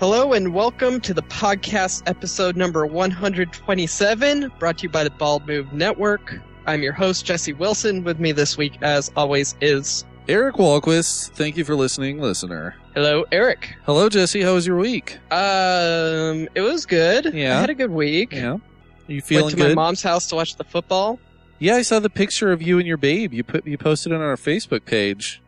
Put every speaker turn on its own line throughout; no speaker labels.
Hello and welcome to the podcast episode number 127, brought to you by the Bald Move Network. I'm your host, Jesse Wilson. With me this week, as always, is
Eric Walquist, thank you for listening, listener.
Hello, Eric.
Hello, Jesse. How was your week?
Um, it was good.
Yeah.
I had a good week.
Yeah. You
Went
feeling
to
good?
my mom's house to watch the football.
Yeah, I saw the picture of you and your babe. You put you posted it on our Facebook page.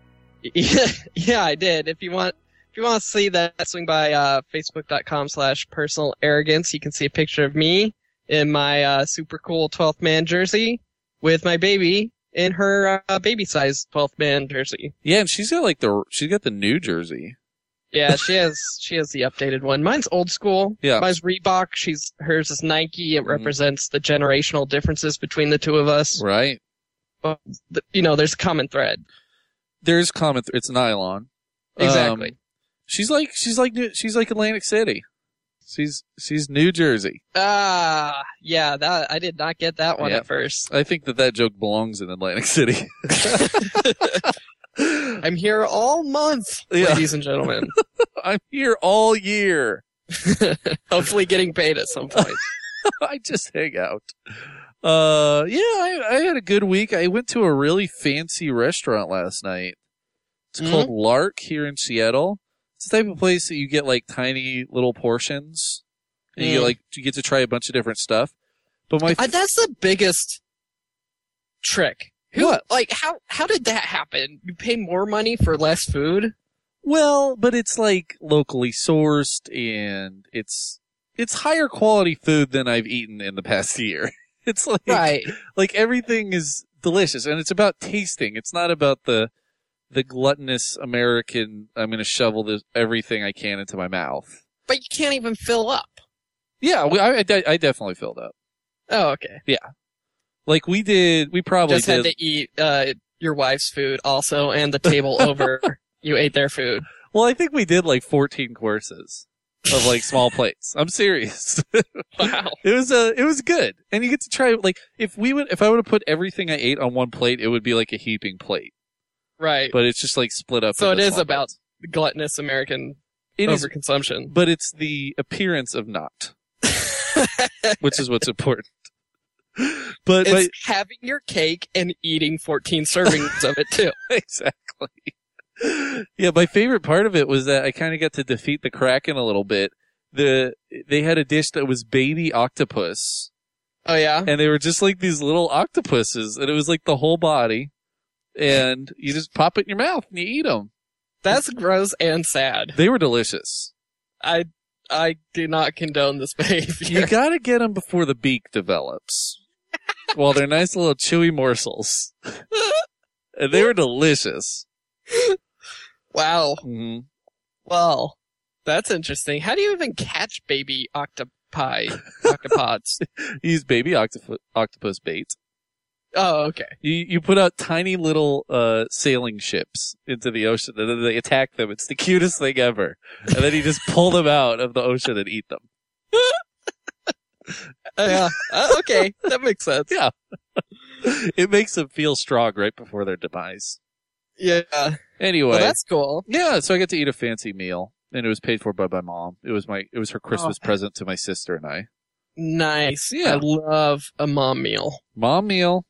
Yeah, yeah, I did. If you want, if you want to see that, swing by uh, facebook.com slash personal arrogance. You can see a picture of me in my uh, super cool 12th man jersey with my baby in her uh, baby size 12th man jersey.
Yeah, and she's got like the she's got the new jersey.
Yeah, she has she has the updated one. Mine's old school.
Yeah.
Mine's Reebok. She's hers is Nike. It
Mhm.
represents the generational differences between the two of us.
Right.
Th- You know, there's a common thread.
There's common th- it's nylon. Um,
Exactly.
she's like she's like new, she's like Atlantic City. She's she's New Jersey.
Ah, yeah. That I did not get that one
Yeah.
at first.
I think that that joke belongs in Atlantic City.
I'm here all month,
Yeah.
ladies and gentlemen.
I'm here all year.
Hopefully, getting paid at some point.
I just hang out. Uh, yeah, I, I had a good week. I went to a really fancy restaurant last night. It's
Mhm.
called Lark here in Seattle. It's the type of place that you get like tiny little portions, and you
Mm.
get, like you get to try a bunch of different stuff. But my
I, Uh, that's the biggest trick. Who,
What?
Like, how how did that happen? You pay more money for less food?
well, but it's like locally sourced, and it's it's higher quality food than I've eaten in the past year. It's like
Right.
like everything is delicious and it's about tasting it's not about the the gluttonous american i'm going to shovel this, everything i can into my mouth
But you can't even fill up.
yeah we, I, I de- I definitely filled up
Oh, okay.
like we did we probably
Just had
did
to eat uh, your wife's food also, and the table over. You ate their food.
well i think we did like 14 courses of like small plates i'm serious
Wow.
it was uh, it was good and you get to try like if we would if i would have put everything i ate on one plate it would be like a heaping plate
Right.
but it's just like split up
so it
into
is
small
about
plates.
gluttonous American
It is
overconsumption.
but it's the appearance of not, which is what's important. But,
It's
but
having your cake and eating 14 servings of it too.
exactly, yeah. My favorite part of it was that I kind of got to defeat the kraken a little bit. The they had a dish that was baby octopus,
Oh yeah.
and they were just like these little octopuses, and it was like the whole body, and you just pop it in your mouth and you eat them.
That's gross and sad.
They were delicious.
I I do not condone this behavior.
You gotta get them before the beak develops. well, they're nice little chewy morsels, and they were delicious.
Wow.
hmm
Well, that's interesting. How do you even catch baby octopi octopods?
Use baby octopus octopus bait.
oh, okay.
You you put out tiny little uh, sailing ships into the ocean, and then they attack them. It's the cutest thing ever. And then you just pull them out of the ocean and eat them.
Yeah. Uh, okay. That makes sense.
Yeah. It makes them feel strong right before their demise.
Yeah.
Anyway,
Well, that's cool.
yeah. So I got to eat a fancy meal, and it was paid for by my mom. It was my it was her Christmas
Oh.
present to my sister and I.
Nice.
Yeah.
I love a mom meal.
mom meal.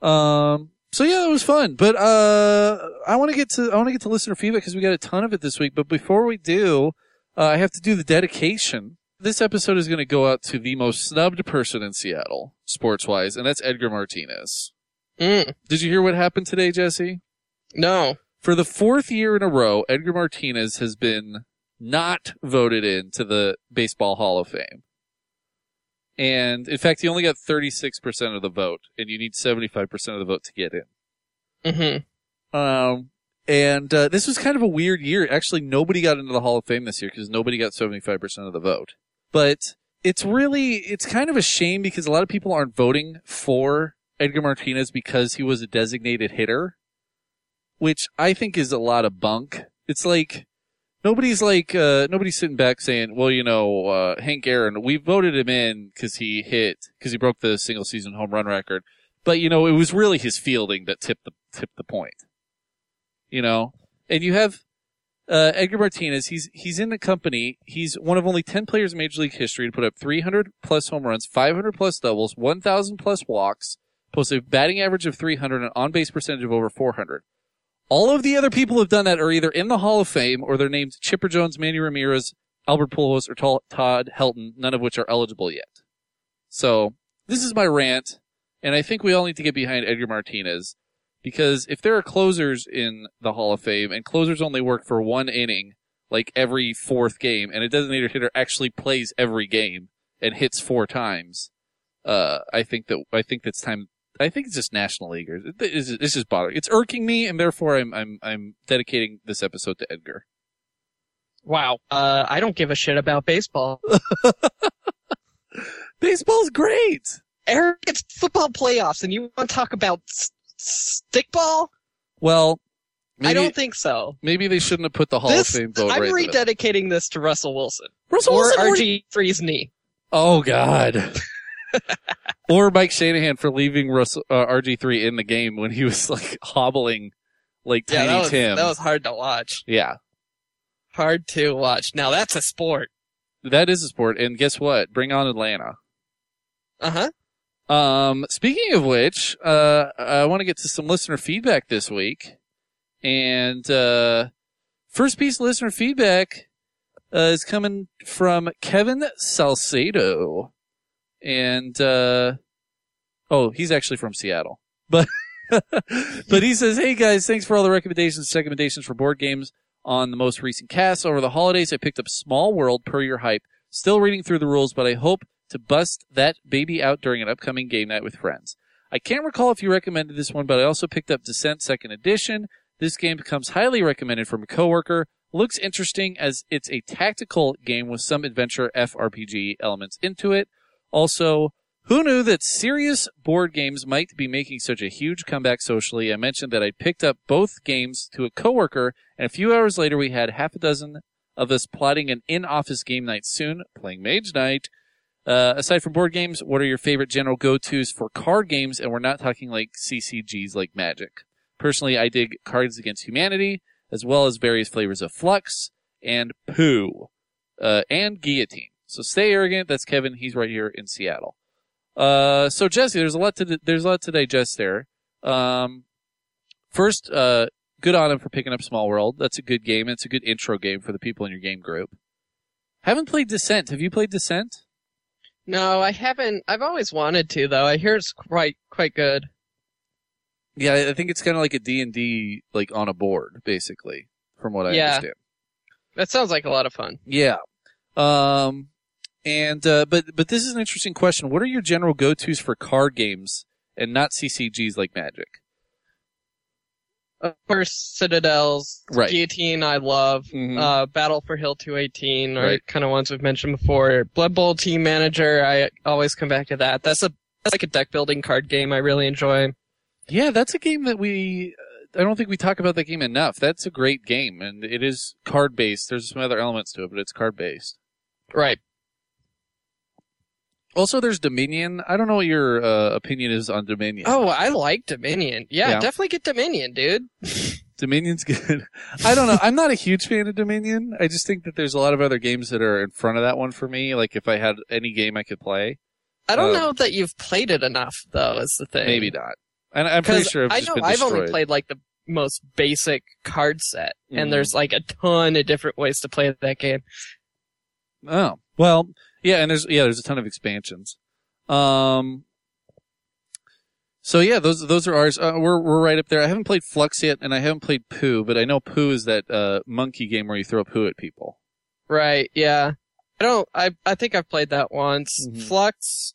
Um, so yeah, it was fun. But uh, I want to get to I want to get to listener feedback because we got a ton of it this week. But before we do, uh, I have to do the dedication. This episode is going to go out to the most snubbed person in Seattle, sports wise, and that's Edgar Martinez.
Mm.
Did you hear what happened today, Jesse?
No.
For the fourth year in a row, Edgar Martinez has been not voted in to the Baseball Hall of Fame. And in fact, he only got 36% of the vote, and you need 75% of the vote to get in.
Mhm.
Um, and uh, this was kind of a weird year. Actually, nobody got into the Hall of Fame this year because nobody got 75% of the vote. But it's really, it's kind of a shame because a lot of people aren't voting for Edgar Martinez because he was a designated hitter, which I think is a lot of bunk. It's like, nobody's like, uh, nobody's sitting back saying, well, you know, uh, Hank Aaron, we voted him in because he hit, because he broke the single season home run record. But, you know, it was really his fielding that tipped the, tipped the point you know, and you have uh, Edgar Martinez, he's he's in the company. He's one of only ten players in Major League history to put up 300 plus home runs, 500 plus doubles, 1,000 plus walks, post a batting average of 300 and an on base percentage of over 400. All of the other people who've done that are either in the Hall of Fame or they're named Chipper Jones, Manny Ramirez, Albert Pujols, or Tol- Todd Helton, none of which are eligible yet. So this is my rant, and I think we all need to get behind Edgar Martinez because if there are closers in the Hall of Fame and closers only work for one inning, like every fourth game, and a designated hitter actually plays every game and hits four times, uh, I think that I think that's time. I think it's just National Leaguers. It- This is, this is bothering. It's irking me, and therefore I'm I'm I'm dedicating this episode to Edgar.
Wow. Uh, I don't give a shit about baseball.
Baseball's great.
Eric, it's football playoffs, and you want to talk about s- stickball?
Well, maybe,
I don't think so.
maybe they shouldn't have put the Hall
this,
of Fame vote
I'm
right. into that.
rededicating this to Russell Wilson
Russell
or
Wilson already-
RG3's knee.
Oh God. or Mike Shanahan for leaving Russell, uh, RG3 in the game when he was like hobbling like
Yeah,
Tiny
that was,
Tim.
that was hard to watch.
yeah,
Hard to watch. Now that's a sport.
that is a sport. And guess what? Bring on Atlanta.
Uh huh.
Um, speaking of which, uh, I want to get to some listener feedback this week. And uh, first piece of listener feedback uh, is coming from Kevin Salcedo. And uh, oh, he's actually from Seattle. But but he says, "Hey guys, thanks for all the recommendations. Recommendations for board games on the most recent cast over the holidays. I picked up Small World per your hype. Still reading through the rules, but I hope to bust that baby out during an upcoming game night with friends. I can't recall if you recommended this one, but I also picked up Descent Second Edition. This game becomes highly recommended from a coworker. Looks interesting as it's a tactical game with some adventure FRPG elements into it. Also, who knew that serious board games might be making such a huge comeback socially? I mentioned that I picked up both games to a coworker, and a few hours later we had half a dozen of us plotting an in-office game night soon, playing Mage Night. Uh, aside from board games, what are your favorite general go-tos for card games? And we're not talking like CCGs like Magic. Personally, I dig Cards Against Humanity, as well as various flavors of Flux and Poo, uh, and Guillotine. So stay arrogant. That's Kevin. He's right here in Seattle. Uh, so Jesse, there's a lot to there's a lot to digest there. Um, first, uh, good on him for picking up Small World. That's a good game. It's a good intro game for the people in your game group. Haven't played Descent. Have you played Descent?
No, I haven't. I've always wanted to though. I hear it's quite quite good.
Yeah, I think it's kind of like a D&D like on a board basically, from what I
Yeah.
understand.
That sounds like a lot of fun.
Yeah. Um and uh but but this is an interesting question. What are your general go-tos for card games and not CCGs like Magic?
Of course, Citadels,
Right.
Guillotine, I love.
Mhm.
Uh, Battle for Hill 218 are
Right.
kind of ones we've mentioned before. Blood Bowl Team Manager, I always come back to that. That's a that's like a deck building card game I really enjoy.
Yeah, that's a game that we. uh, I don't think we talk about that game enough. That's a great game, and it is card based. There's some other elements to it, but it's card based.
Right.
Also, there's Dominion. I don't know what your uh, opinion is on Dominion.
Oh, I like Dominion. Yeah,
Yeah.
definitely get Dominion, dude.
Dominion's good. I don't know. I'm not a huge fan of Dominion. I just think that there's a lot of other games that are in front of that one for me. Like if I had any game I could play,
I don't
Um,
know that you've played it enough though. Is the thing.
maybe not. And I'm pretty
'Cause
sure I've
I
just
know
been
I've
destroyed.
only played like the most basic card set,
Mhm.
and there's like a ton of different ways to play that game.
Oh well, yeah, and there's yeah, there's a ton of expansions. Um, so yeah, those those are ours. Uh, we're we're right up there. I haven't played Flux yet, and I haven't played Poo, but I know Poo is that uh, monkey game where you throw poo at people.
Right, yeah. I don't I I think I've played that once.
Mhm.
Flux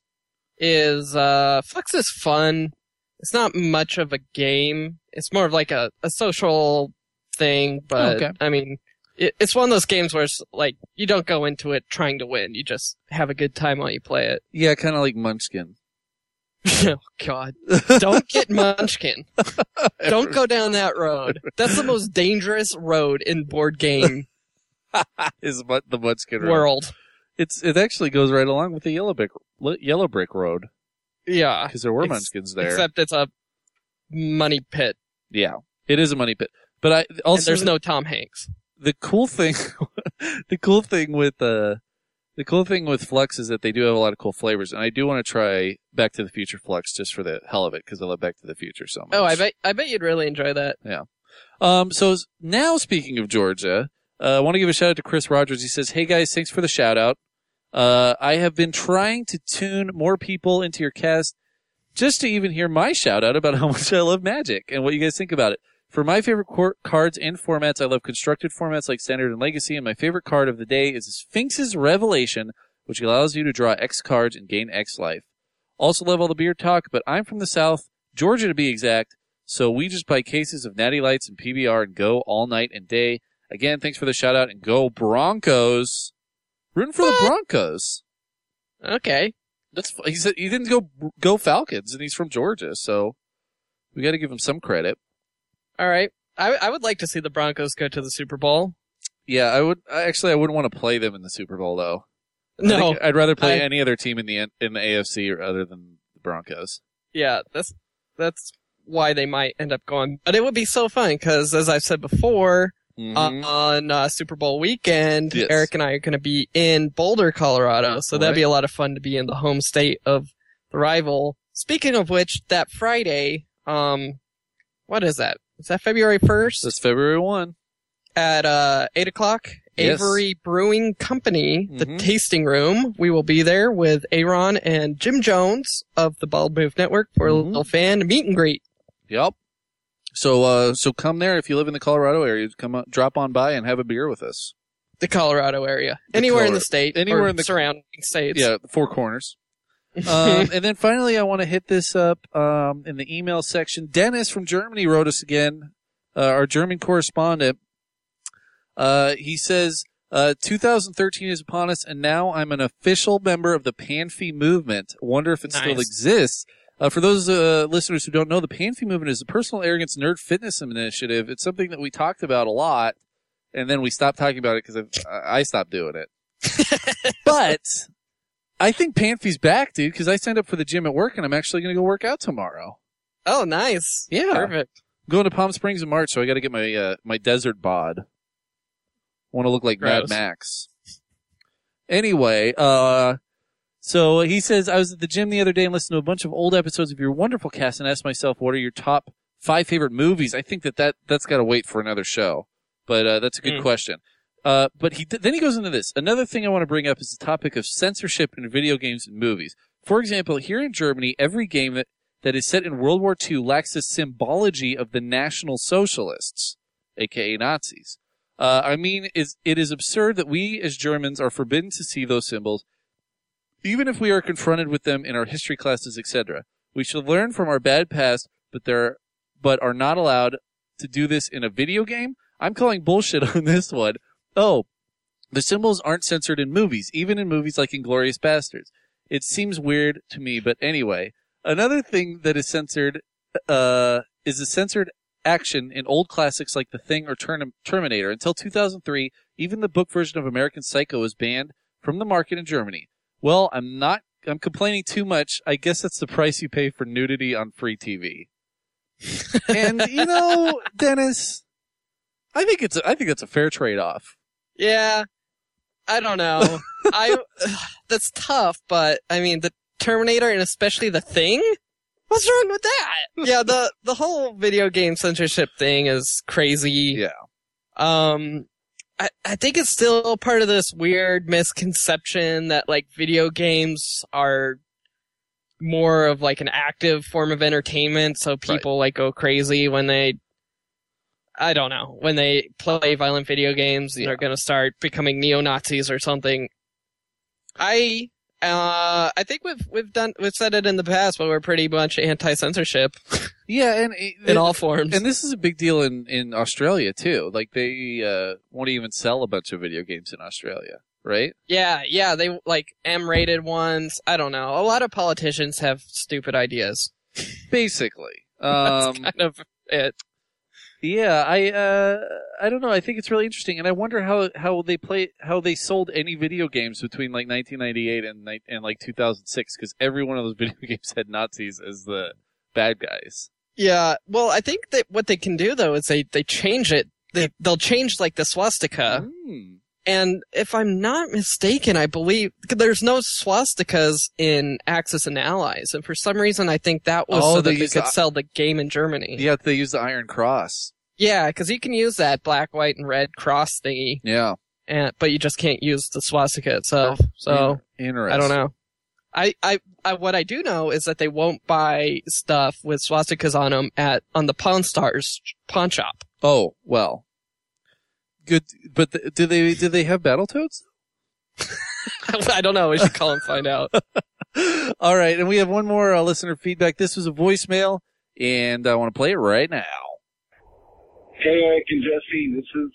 is uh Flux is fun. It's not much of a game. It's more of like a, a social thing, but
okay.
I mean it, it's one of those games where it's like you don't go into it trying to win. You just have a good time while you play it.
Yeah, kind of like Munchkin.
oh god. Don't get munchkin. Don't go down that road. That's the most dangerous road in board game
is what the Munchkin road.
world.
It's it actually goes right along with the yellow brick yellow brick road
Yeah.
because there were
Ex-
Munchkins there.
Except it's a money pit.
yeah, it is a money pit. But I also
and there's no Tom Hanks.
the cool thing, the cool thing with uh, the cool thing with Flux is that they do have a lot of cool flavors, and I do want to try Back to the Future Flux just for the hell of it because I love Back to the Future so much.
Oh, I bet I bet you'd really enjoy that.
Um, so s- now speaking of Georgia, uh, I want to give a shout out to Chris Rogers. He says, "Hey guys, thanks for the shout out. Uh, I have been trying to tune more people into your cast just to even hear my shout out about how much I love Magic and what you guys think about it. For my favorite cor- cards and formats, I love constructed formats like Standard and Legacy, and my favorite card of the day is Sphinx's Revelation, which allows you to draw X cards and gain X life. Also love all the beer talk, but I'm from the South, Georgia to be exact." So we just buy cases of Natty Lights and PBR and go all night and day. Again, thanks for the shout out and go Broncos. Rooting for the Broncos.
Okay.
That's he said he didn't go go Falcons and he's from Georgia, so we got to give him some credit.
All right. I I would like to see the Broncos go to the Super Bowl.
Yeah, I would I actually I wouldn't want to play them in the Super Bowl though. I
No.
think I'd rather play
I-
any other team in the N- in the AFC or other than the Broncos.
Yeah, that's that's why they might end up going. But it would be so fun because, as I've said before,
Mhm.
uh, on uh, Super Bowl weekend,
Yes.
Eric and I are going to be in Boulder, Colorado. So that'd be a lot of fun to be in the home state of the rival. Speaking of which, that Friday, um, what is that? Is that February first
That's February one.
at uh, eight o'clock?
Yes.
Avery Brewing Company, the
Mhm.
tasting room. We will be there with Aaron and Jim Jones of the Bald Move Network for a
Mhm.
little fan meet and greet.
Yep. So uh, so come there if you live in the Colorado area. Come on, drop on by and have a beer with us.
the Colorado area,
The
anywhere in
Color-
the state,
anywhere
or
in the-
surrounding states.
yeah, four corners. um, and then finally, I want to hit this up um, in the email section. Dennis from Germany wrote us again, uh, our German correspondent. Uh, he says, uh, 2013 is upon us, and now I'm an official member of the Panfi E movement. Wonder if it still
Nice.
exists. Uh, for those uh, listeners who don't know, the Panfi movement is a personal arrogance nerd fitness initiative. It's something that we talked about a lot, and then we stopped talking about it because I I stopped doing it. but I think Panfi's back, dude, because I signed up for the gym at work and I'm actually going to go work out tomorrow.
oh, nice.
Yeah.
Perfect.
going to Palm Springs in March, so I got to get my uh, my desert bod. Want to look like Mad
Gross.
Max. Anyway, uh, so he says I was at the gym the other day and listened to a bunch of old episodes of your wonderful cast and asked myself what are your top five favorite movies. I think that that that's got to wait for another show, but uh, that's a good
Mm.
question. Uh, but he then he goes into this. Another thing I want to bring up is the topic of censorship in video games and movies. For example, here in Germany, every game that that is set in World War II lacks the symbology of the National Socialists, aka Nazis. Uh, I mean, is it is absurd that we as Germans are forbidden to see those symbols, even if we are confronted with them in our history classes, etc. We should learn from our bad past, but there, but are not allowed to do this in a video game. I'm calling bullshit on this one. Oh, the symbols aren't censored in movies, even in movies like Inglorious Bastards. It seems weird to me, but anyway. Another thing that is censored uh, is the censored action in old classics like The Thing or Term- Terminator. Until 2003, even the book version of American Psycho was banned from the market in Germany. Well, I'm not. I'm complaining too much. I guess that's the price you pay for nudity on free TV. and you know, Dennis, I think it's. A, I think that's a fair trade-off.
Yeah. I don't know. I that's tough, but I mean the Terminator and especially the Thing. What's wrong with that? Yeah, the the whole video game censorship thing is crazy.
Yeah.
Um, I I think it's still part of this weird misconception that like video games are more of like an active form of entertainment, so people like go crazy when they I don't know when they play violent video games.
Yeah.
They're gonna start becoming neo Nazis or something. I uh I think we've we've done we've said it in the past, but we're pretty much anti censorship
Yeah, and
in all forms.
And this is a big deal in, in Australia too. Like they uh, won't even sell a bunch of video games in Australia, right?
Yeah, yeah, they like M-rated ones. I don't know. A lot of politicians have stupid ideas.
Basically.
That's
Um,
kind of it.
yeah, I uh, I don't know. I think it's really interesting, and I wonder how, how they play how they sold any video games between like 1998 and ni- and like 2006 because every one of those video games had Nazis as the bad guys.
Yeah, well, I think that what they can do though is they they change it they they'll change like the swastika.
Mm.
And if I'm not mistaken, I believe there's no swastikas in Axis and Allies, and for some reason I think that was
Oh,
so
they
that they
use
could
the-
sell the game in Germany.
Yeah, they use the Iron Cross.
Yeah, because you can use that black, white, and red cross thingy,
Yeah.
and, but you just can't use the swastika itself. Oh, So
Interesting.
I don't know. I, I, I, what I do know is that they won't buy stuff with swastikas on them at on the Pawn Stars pawn shop.
Oh well. Good, but th- do they do they have Battletoads?
I don't know. We should call and find out.
All right, and we have one more uh, listener feedback. This was a voicemail, and I want to play it right now.
Hey, Eric and Jesse, this is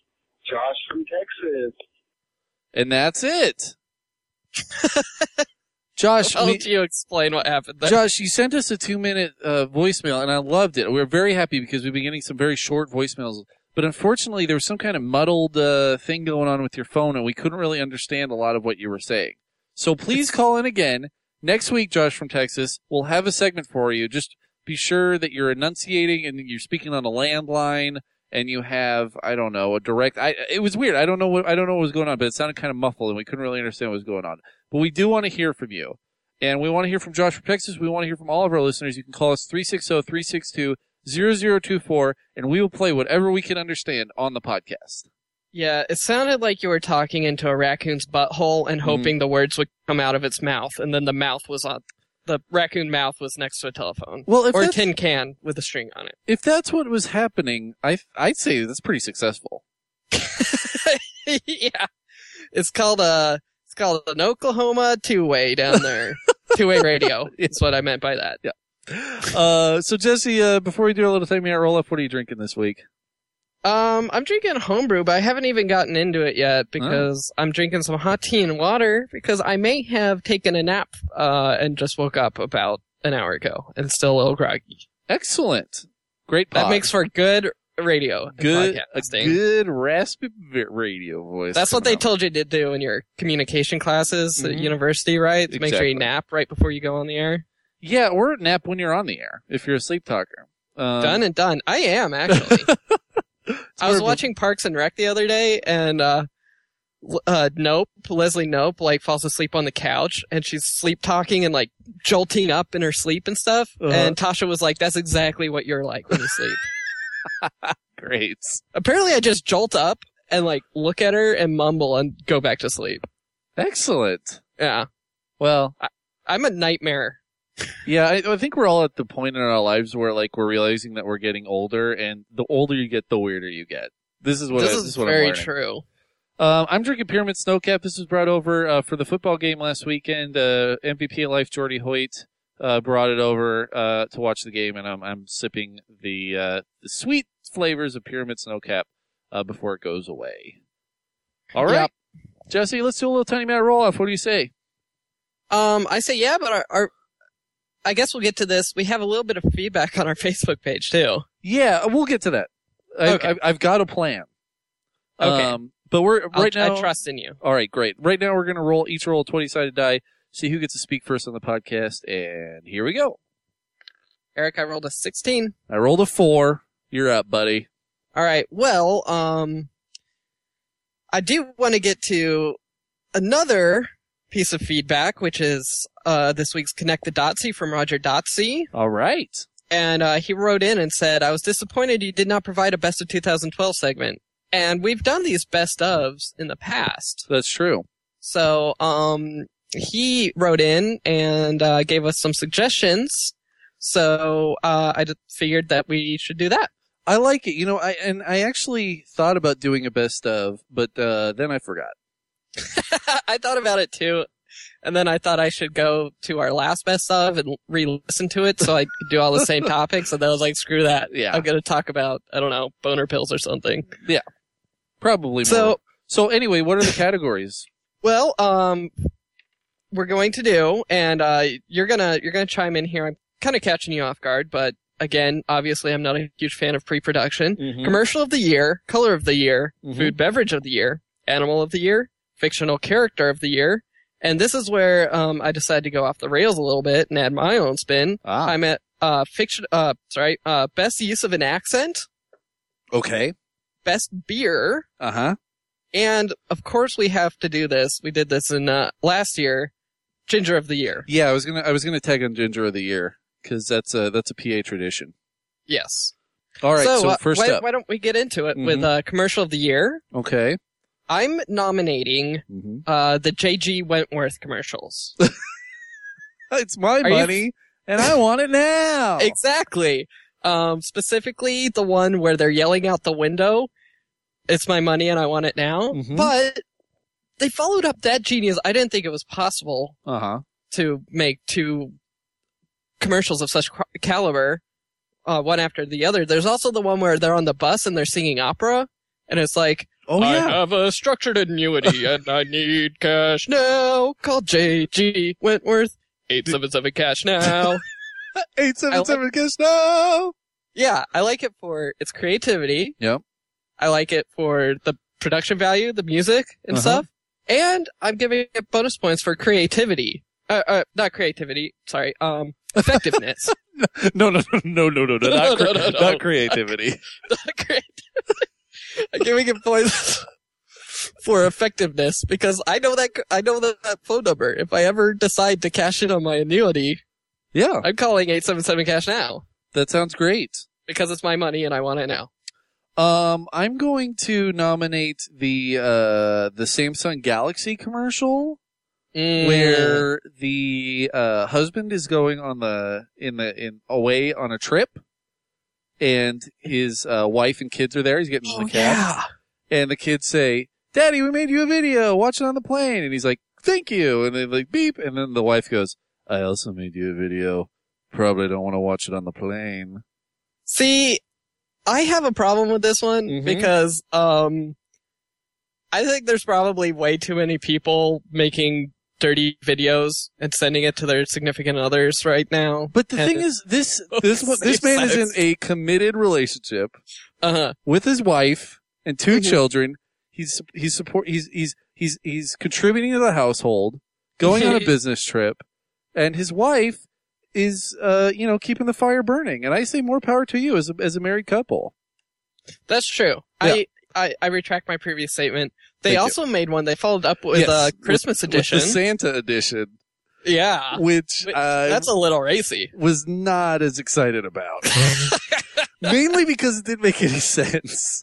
Josh from Texas.
And that's it. Josh,
I'll
we-
let you explain what happened. There.
Josh, you sent us a two minute uh, voicemail, and I loved it. We were very happy because we've been getting some very short voicemails. But unfortunately, there was some kind of muddled uh, thing going on with your phone, and we couldn't really understand a lot of what you were saying. So please call in again next week, Josh from Texas. We'll have a segment for you. Just be sure that you're enunciating and you're speaking on a landline, and you have I don't know a direct. I it was weird. I don't know what I don't know what was going on, but it sounded kind of muffled, and we couldn't really understand what was going on. But we do want to hear from you. And we want to hear from Josh from Texas. We want to hear from all of our listeners. You can call us 360 362 0024, and we will play whatever we can understand on the podcast.
Yeah, it sounded like you were talking into a raccoon's butthole and hoping the words would come out of its mouth, and then the mouth was on the raccoon mouth was next to a telephone
Well, if,
or a
that's,
tin can with a string on it.
if that's what was happening, I, I'd say that's pretty successful.
yeah, it's called a it's called an Oklahoma two way down there. two way radio is what I meant by that.
uh, so, Jesse, uh, before we do a little thing, minute roll up, what are you drinking this week?
Um, I'm drinking homebrew, but I haven't even gotten into it yet because I'm drinking some hot tea and water because I may have taken a nap uh, and just woke up about an hour ago and still a little groggy.
Excellent. Great pod.
That makes for good radio. and
good, a
podcasting.
good raspy v- radio voice.
That's what they
coming out.
told you to do in your communication classes at
Mhm.
university, right? To Make sure
Exactly.
you nap right before you go on the air.
Yeah, or nap when you're on the air if you're a sleep talker. Um,
done and done. I am actually.
it's
I was
more of a-
watching Parks and Rec the other day, and uh, L- uh, Nope, Leslie Nope, like falls asleep on the couch, and she's sleep talking and like jolting up in her sleep and stuff.
Uh-huh.
And Tasha was like, "That's exactly what you're like when you sleep."
Great.
Apparently, I just jolt up and like look at her and mumble and go back to sleep.
Excellent.
Yeah,
Well,
I'm a nightmare.
yeah, I, I think we're all at the point in our lives where like we're realizing that we're getting older, and the older you get, the weirder you get. This is what
this
I,
is
what I'm
very
learning.
true.
Um, I'm drinking Pyramid Snowcap. This was brought over uh, for the football game last weekend. Uh, MVP of life Jordy Hoyt uh, brought it over uh, to watch the game, and I'm, I'm sipping the, uh, the sweet flavors of Pyramid Snowcap uh, before it goes away. All right,
Yep.
Jesse, let's do a little tiny man roll off. What do you say?
Um, I say yeah, but our, our I guess we'll get to this. We have a little bit of feedback on our Facebook page too.
Yeah, uh, we'll get to that. I,
Okay.
I've, I've got a plan.
Okay.
Um, but we're
I'll-
right now.
I trust in you.
All right, great. Right now, we're gonna roll each roll a twenty-sided die. See who gets to speak first on the podcast, and here we go.
Eric, I rolled a 16.
I rolled a four. You're up, buddy.
All right. Well, um, I do want to get to another piece of feedback, which is uh, this week's Connect the Dotsy from Roger Dotsy.
All right.
And uh, he wrote in and said, I was disappointed you did not provide a best of 2012 segment. And we've done these best ofs in the past.
That's true.
So, um, he wrote in and uh, gave us some suggestions. So, uh, I just figured that we should do that.
I like it. You know, I and I actually thought about doing a best of, but uh, then I forgot.
I thought about it too. And then I thought I should go to our last best of and re-listen to it so I could do all the same topics. And then I was like, screw that.
Yeah.
I'm going to talk about, I don't know, boner pills or something.
Probably. more.
So,
so anyway, what are the categories?
well, um, we're going to do, and, uh, you're gonna, you're gonna chime in here. I'm kind of catching you off guard, but again, obviously I'm not a huge fan of pre-production.
Mm-hmm.
Commercial of the year, color of the year,
Mhm.
food beverage of the year, animal of the year, fictional character of the year. And this is where um, I decided to go off the rails a little bit and add my own spin.
Ah.
I'm at uh, fiction. Uh, sorry, uh, best use of an accent,
okay.
best beer.
Uh huh.
And of course, we have to do this. We did this in uh, last year, Ginger of the Year.
Yeah, I was gonna I was gonna tag on Ginger of the Year because that's a that's a PA tradition.
Yes.
All right. So,
uh,
first
why,
up,
why don't we get into it with
Mhm.
uh, commercial of the year?
okay.
I'm nominating
Mm-hmm.
uh, the JG Wentworth commercials.
Uh, It's my
Are you-
money, and I want it now.
Exactly. Um, specifically, the one where they're yelling out the window, "It's my money and I want it now."
Mhm.
But they followed up that genius. I didn't think it was possible
uh huh.
to make two commercials of such cr- caliber, uh, one after the other. There's also the one where they're on the bus and they're singing opera, and it's like,
Oh
"I
yeah.
have a structured annuity and I need cash now. Call J.G. Wentworth eight seven seven cash now."
Eight
I
seven
like-
seven kiss no.
Yeah, I like it for its creativity.
Yep.
I like it for the production value, the music and
Uh-huh.
stuff. And I'm giving it bonus points for creativity. Uh, uh, not creativity. Sorry. Um, effectiveness.
No no no no no no no
No,
not, cre-
no, no, no.
not creativity.
Not creativity. I'm giving it points for effectiveness because I know that I know that, that phone number. If I ever decide to cash in on my annuity,
yeah,
I'm calling eight seven seven cash now
that sounds great.
because it's my money and I want it now.
Um, I'm going to nominate the uh the Samsung Galaxy commercial.
Mm.
where the uh, husband is going on the in the in away on a trip, and his uh, wife and kids are there. He's getting in the cab,
yeah.
and the kids say, "Daddy, we made you a video. Watch it on the plane." And he's like, "Thank you." And they like beep, and then the wife goes, "I also made you a video. Probably don't want to watch it on the plane."
See, I have a problem with this one
Mhm.
because um I think there's probably way too many people making dirty videos and sending it to their significant others right now.
But the
And-
thing is, this this one, this man is in a committed relationship.
Uh-huh.
with his wife and 2
Mhm.
children. He's he's support he's he's he's he's contributing to the household, going on a business trip, and his wife is uh you know keeping the fire burning. And I say more power to you as a, as a married couple.
That's true. I, I I retract my previous statement. They
Thank you.
also made one they followed up with
Yes,
uh,
with-
Christmas edition.
With the Santa edition,
yeah.
which
Wait,
uh,
That's a little racy.
was not as excited about. Mainly because it didn't make any sense.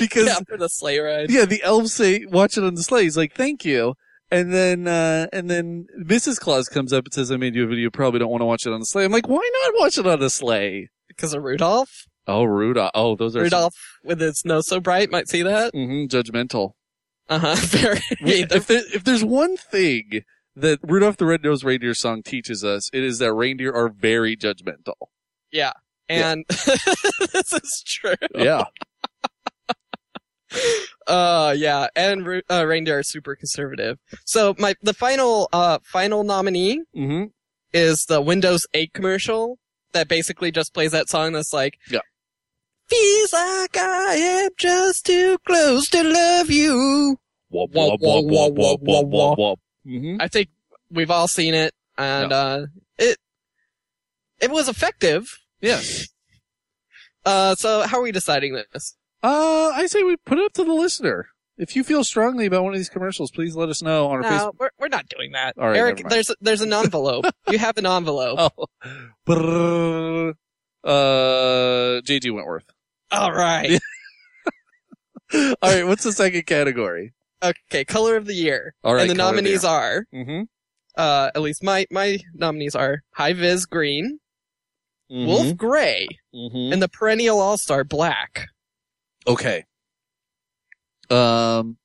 because
Yeah, for the sleigh ride.
Yeah, the elves say, "Watch it on the sleigh." He's like, "Thank you," and then uh, and then Mrs. Claus comes up and says, "I made you a video. Probably don't want to watch it on the sleigh." I'm like, "Why not watch it on the sleigh?"
Because of Rudolph.
Oh, Rudolph! Oh, those are
Rudolph with his nose so bright might see that.
hmm judgmental.
Uh-huh. Very.
if there, if there's one thing that Rudolph the Red-Nosed Reindeer song teaches us, it is that reindeer are very judgmental.
and this is true.
Yeah,
Uh, yeah, and re- uh, reindeer are super conservative. So my the final uh final nominee
mm-hmm.
is the Windows 8 commercial that basically just plays that song that's like,
Yeah.
feels like I am just too close to love you.
Wop
Wop, wop, wop, wop, wop, wop.
Mm-hmm.
I think we've all seen it, and uh, it it was effective.
Yeah.
Uh, so how are we deciding this?
Uh, I say we put it up to the listener. If you feel strongly about one of these commercials, please let us know on our Facebook.
No, we're, we're not doing that.
All right, never
Eric,
mind.
there's there's an envelope. you have an envelope.
Oh. Brrr. Uh, JG Wentworth.
All right.
All right, what's the second category?
okay, color of the year.
All right,
and the nominees are,
Mm-hmm.
uh, at least my my nominees are High Viz Green, Wolf Gray,
Mm-hmm.
and the perennial All Star Black.
Okay. Um,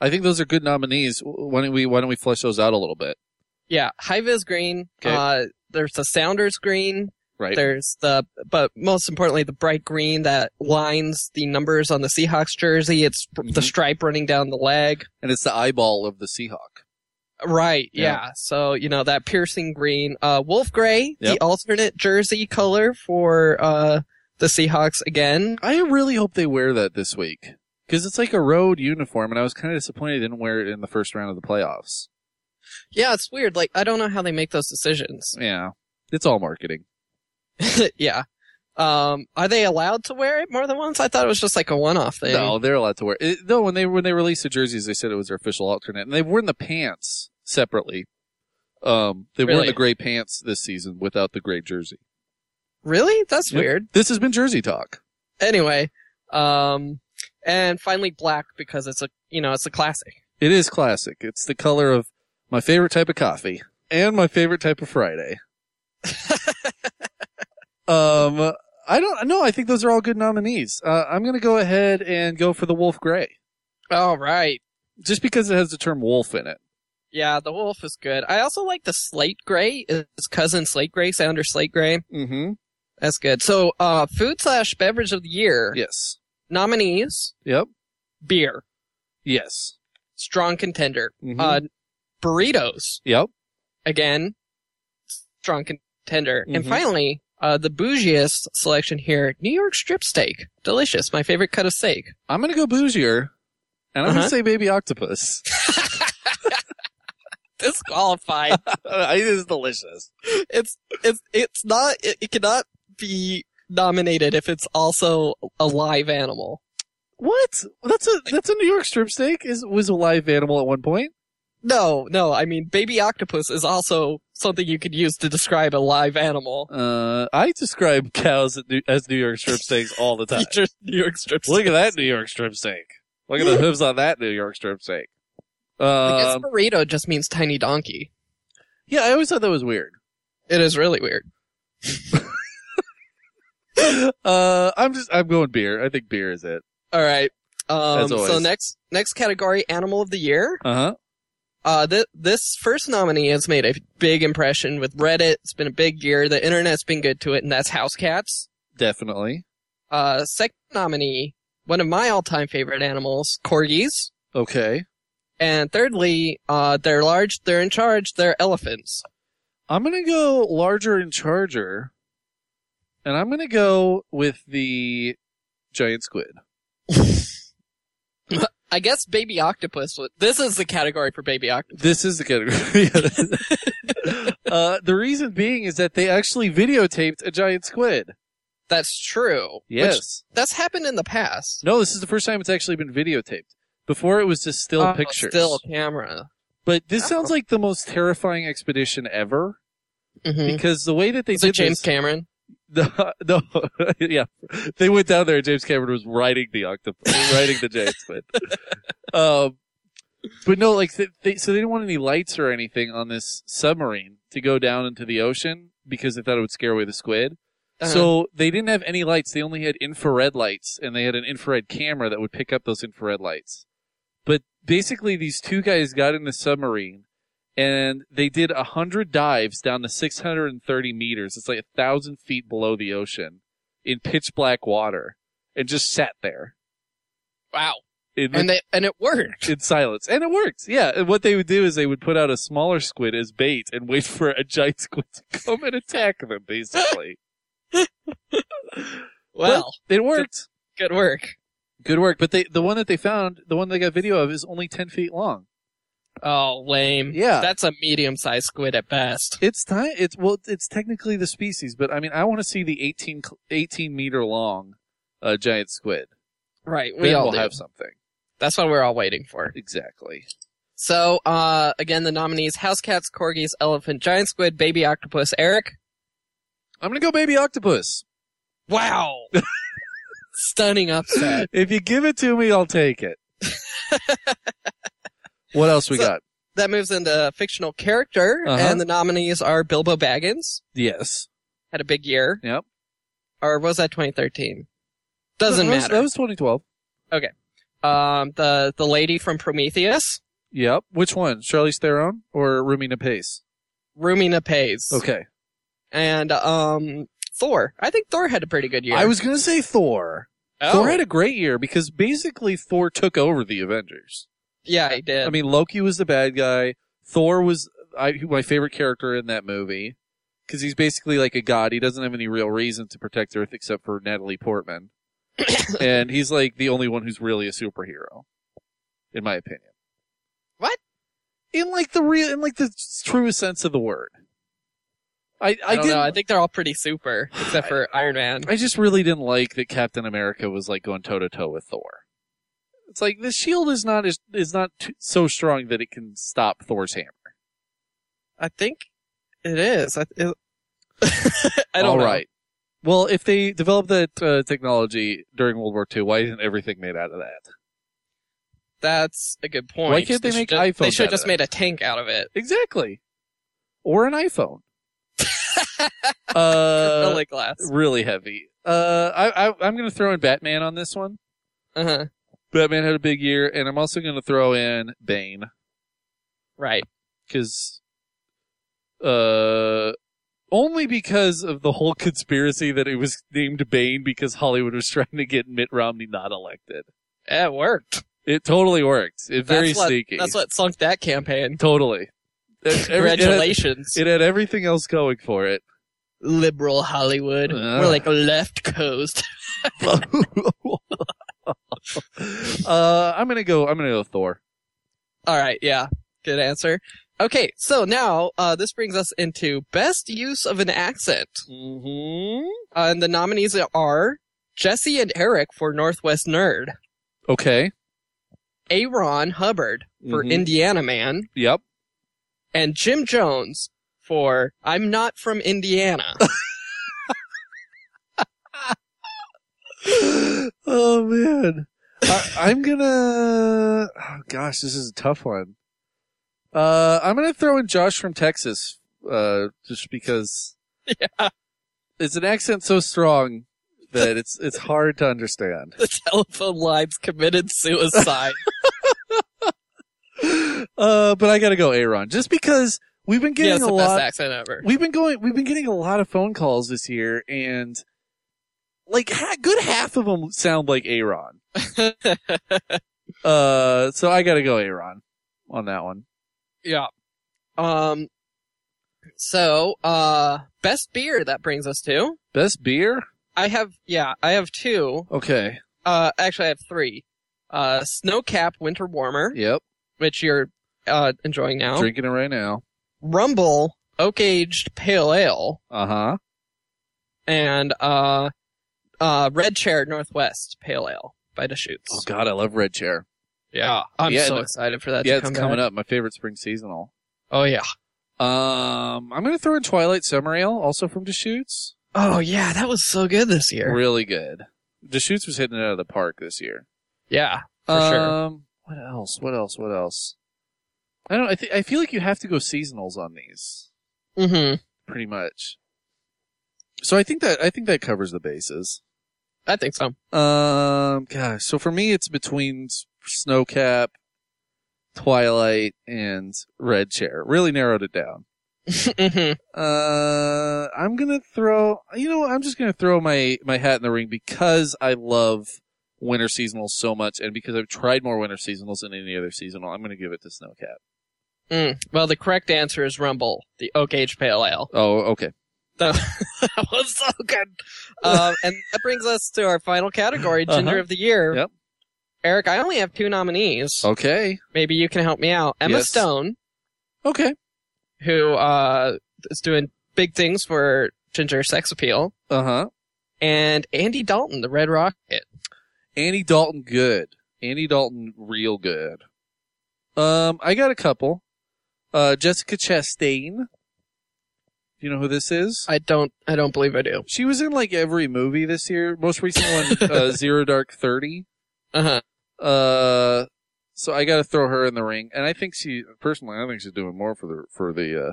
I think those are good nominees. Why don't we Why don't we flesh those out a little bit?
Yeah, High Viz Green.
Okay.
Uh, there's the Sounders Green.
Right.
There's the, but most importantly, the bright green that lines the numbers on the Seahawks jersey. It's the
Mhm.
stripe running down the leg.
And it's the eyeball of the Seahawk.
Right,
Yeah.
yeah. So, you know, that piercing green. Uh, Wolf Gray,
Yep.
the alternate jersey color for uh, the Seahawks again.
I really hope they wear that this week because it's like a road uniform, and I was kind of disappointed they didn't wear it in the first round of the playoffs.
Yeah, it's weird. Like, I don't know how they make those decisions.
Yeah, it's all marketing.
yeah. Um, are they allowed to wear it more than once? I thought it was just like a one-off thing.
No, they're allowed to wear. It, no, when they when they released the jerseys, they said it was their official alternate, and they've worn the pants separately. Um, they wore
Really?
the gray pants this season without the gray jersey.
Really? That's
Yep.
weird.
This has been Jersey Talk.
Anyway, um, and finally black because it's a you know it's a classic.
It is classic. It's the color of my favorite type of coffee and my favorite type of Friday. um, I don't know. I think those are all good nominees. Uh, I'm going to go ahead and go for the Wolf Gray,
All right.
just because it has the term wolf in it.
Yeah, the wolf is good. I also like the slate gray. His cousin slate gray, Sounder slate gray.
Mm-hmm.
That's good. So, uh, food slash beverage of the year
Yes.
nominees:
Yep.
beer,
Yes.
strong contender.
Mhm.
Uh, burritos
Yep.
again, strong contender. And
Mhm.
finally, uh, the bougiest selection here: New York strip steak, delicious, my favorite cut of steak.
I'm going to go bougier, and I'm going
Uh-huh.
to say baby octopus.
Disqualified.
it is delicious.
it's it's it's not. It, it cannot be nominated if it's also a live animal.
What? That's a that's a New York strip steak. Is was a live animal at one point.
No, no. I mean, baby octopus is also something you could use to describe a live animal.
Uh, I describe cows at New- as New York strip steaks all the time.
Features New York strip
Look
steak.
at that New York strip steak. Look at the hooves on that New York strip steak.
I guess
Um,
burrito just means tiny donkey.
yeah, I always thought that was weird.
It is really weird.
Uh, I'm just I'm going beer. I think beer is it.
All right. Um,
As always.
so next next category, animal of the year.
Uh huh.
Uh, th- this first nominee has made a big impression with Reddit. It's been a big year. The internet's been good to it, and that's house cats.
Definitely.
Uh, second nominee, one of my all-time favorite animals, corgis.
Okay.
And thirdly, uh, they're large. They're in charge. They're elephants.
I'm gonna go larger and charger, and I'm gonna go with the giant squid.
I guess baby octopus. would- This is the category for baby octopus.
This is the category. uh, the reason being is that they actually videotaped a giant squid.
That's true. Which-
Yes.
that's happened in the past.
No, this is the first time it's actually been videotaped. Before it was just still
Oh,
pictures.
Still camera.
But this
Oh.
sounds like the most terrifying expedition ever
Mm-hmm.
because the way that they
Is
did
it James
this,
Cameron?
no, yeah, they went down there. and James Cameron was riding the octopus, riding the giant squid. um, but no, like they, they, so they didn't want any lights or anything on this submarine to go down into the ocean because they thought it would scare away the squid. So they didn't have any lights. They only had infrared lights, and they had an infrared camera that would pick up those infrared lights. But basically, these two guys got in the submarine, and they did a hundred dives down to 630 meters. It's like a thousand feet below the ocean, in pitch black water, and just sat there
wow,
in,
and they and it worked.
in silence. And it worked. Yeah. And what they would do is they would put out a smaller squid as bait and wait for a giant squid to come and attack them. Basically,
Well,
it worked.
good work.
Good work. But they, the one that they found, the one they got video of, is only 10 feet long.
Oh, lame.
Yeah.
That's a medium-sized squid at best.
It's time. It's, well, it's technically the species, but I mean, I want to see the 18, cl- 18 meter long uh, giant squid.
Right. We
Then
all
we'll
do.
have something.
That's what we're all waiting for.
Exactly.
So, uh, again, the nominees: house cats, corgis, elephant, giant squid, baby octopus, Eric.
I'm going to go baby octopus.
Wow. Stunning upset.
if you give it to me, I'll take it. what else we
So-
got?
That moves into fictional character,
Uh-huh.
and the nominees are Bilbo Baggins.
Yes.
Had a big year.
Yep.
Or was that 2013? Doesn't
That was-
matter.
That was 2012.
Um, the the lady from Prometheus,
Yep. Which one? Charlize Theron or Rumina Pace?
Rumina Pays.
Okay.
and um Thor. I think Thor had a pretty good year.
I was going to say Thor.
Oh,
Thor had a great year because basically Thor took over the Avengers.
yeah, he did.
I mean, Loki was the bad guy. Thor was I, my favorite character in that movie because he's basically like a god. He doesn't have any real reason to protect Earth except for Natalie Portman, and he's like the only one who's really a superhero, in my opinion.
What?
In like the real, in like the truest sense of the word.
I,
I, I,
don't know.
didn't.
I think they're all pretty super, except for Iron Man.
I just really didn't like that Captain America was like going toe to toe with Thor. It's like the shield is not is, is not t- so strong that it can stop Thor's hammer.
I think it is. I, it, I don't
All
know.
right. Well, if they developed that uh, technology during World War II, why isn't everything made out of that?
That's a good point.
Why can't they make
should just, They
iPhones
should
out
have
of
just
it?
made a tank out of it.
Exactly. Or an iPhone. uh,
Gorilla glass.
really heavy. Uh, I, I I'm gonna throw in Batman on this one.
Uh-huh.
Batman had a big year, and I'm also gonna throw in Bane
Right.
because, uh, only because of the whole conspiracy that it was named Bane because Hollywood was trying to get Mitt Romney not elected.
It worked.
It totally worked. It very
that's what,
sneaky.
That's what sunk that campaign.
Totally. It- it- it had-
Congratulations,
It had everything else going for it.
liberal Hollywood.
Ugh.
We're like left coast.
uh, I'm gonna go. I'm gonna go Thor.
All right, yeah, good answer. Okay, so now uh, this brings us into best use of an accent,
Mm-hmm.
uh, and the nominees are Jesse and Eric for Northwest Nerd,
Okay.
Aaron Hubbard for
Mhm.
Indiana Man,
Yep.
and Jim Jones for I'm Not From Indiana.
oh man, I, I'm gonna. Oh gosh, this is a tough one. Uh, I'm gonna throw in Josh from Texas, uh, just because.
Yeah.
It's an accent so strong that it's it's hard to understand.
the telephone lines committed suicide.
uh, but I gotta go, Aaron, just because we've been
yeah,
getting
it's
a
the
lot.
best accent ever.
We've been going. We've been getting a lot of phone calls this year, and like ha- good half of them sound like Aaron. uh, so I gotta go, Aaron, on that one.
Yeah. Um. So, uh, best beer that brings us to.
Best beer?
I have, yeah, I have two.
Okay.
Uh, actually, I have three. Uh, Snowcap Winter Warmer,
Yep.
which you're uh enjoying now.
Drinking it right now.
Rumble Oak Aged Pale Ale,
Uh huh.
and uh, uh, Red Chair Northwest Pale Ale by Deschutes.
Oh God, I love Red Chair.
Yeah, I'm
Yeah,
so
and-
excited for that.
yeah,
to
it's
come
coming
back.
up. My favorite spring seasonal.
Oh yeah.
Um, I'm gonna throw in Twilight Summer Ale, also from Deschutes.
Oh yeah, that was so good this year.
Really good. Deschutes was hitting it out of the park this year.
Yeah, Uh, For sure.
Um, what else? What else? What else? I don't. I, th- I feel like you have to go seasonals on these,
hmm
pretty much. So I think that I think that covers the bases.
I think so.
Um, gosh. So for me, it's between S- Snowcap, Twilight, and Red Chair. Really narrowed it down.
hmm
Uh, I'm gonna throw. You know, what? I'm just gonna throw my my hat in the ring because I love winter seasonals so much, and because I've tried more winter seasonals than any other seasonal. I'm gonna give it to Snowcap.
Mm. Well, the correct answer is Rumble, the Oak Age Pale Ale.
Oh, okay.
That was so good. Um, and that brings us to our final category, Ginger
Uh-huh.
of the Year.
Yep.
Eric, I only have two nominees.
Okay.
Maybe you can help me out. Emma
Yes.
Stone,
Okay.
who uh, is doing big things for Ginger sex appeal,
Uh huh.
and Andy Dalton, the Red Rocket.
Annie Dalton, good. Annie Dalton, real good. Um, I got a couple. Uh, Jessica Chastain. Do you know who this is?
I don't, I don't believe I do.
she was in like every movie this year. Most recent one, uh, Zero Dark Thirty.
Uh huh.
Uh, so I got to throw her in the ring, and I think she personally, I think she's doing more for the for the uh,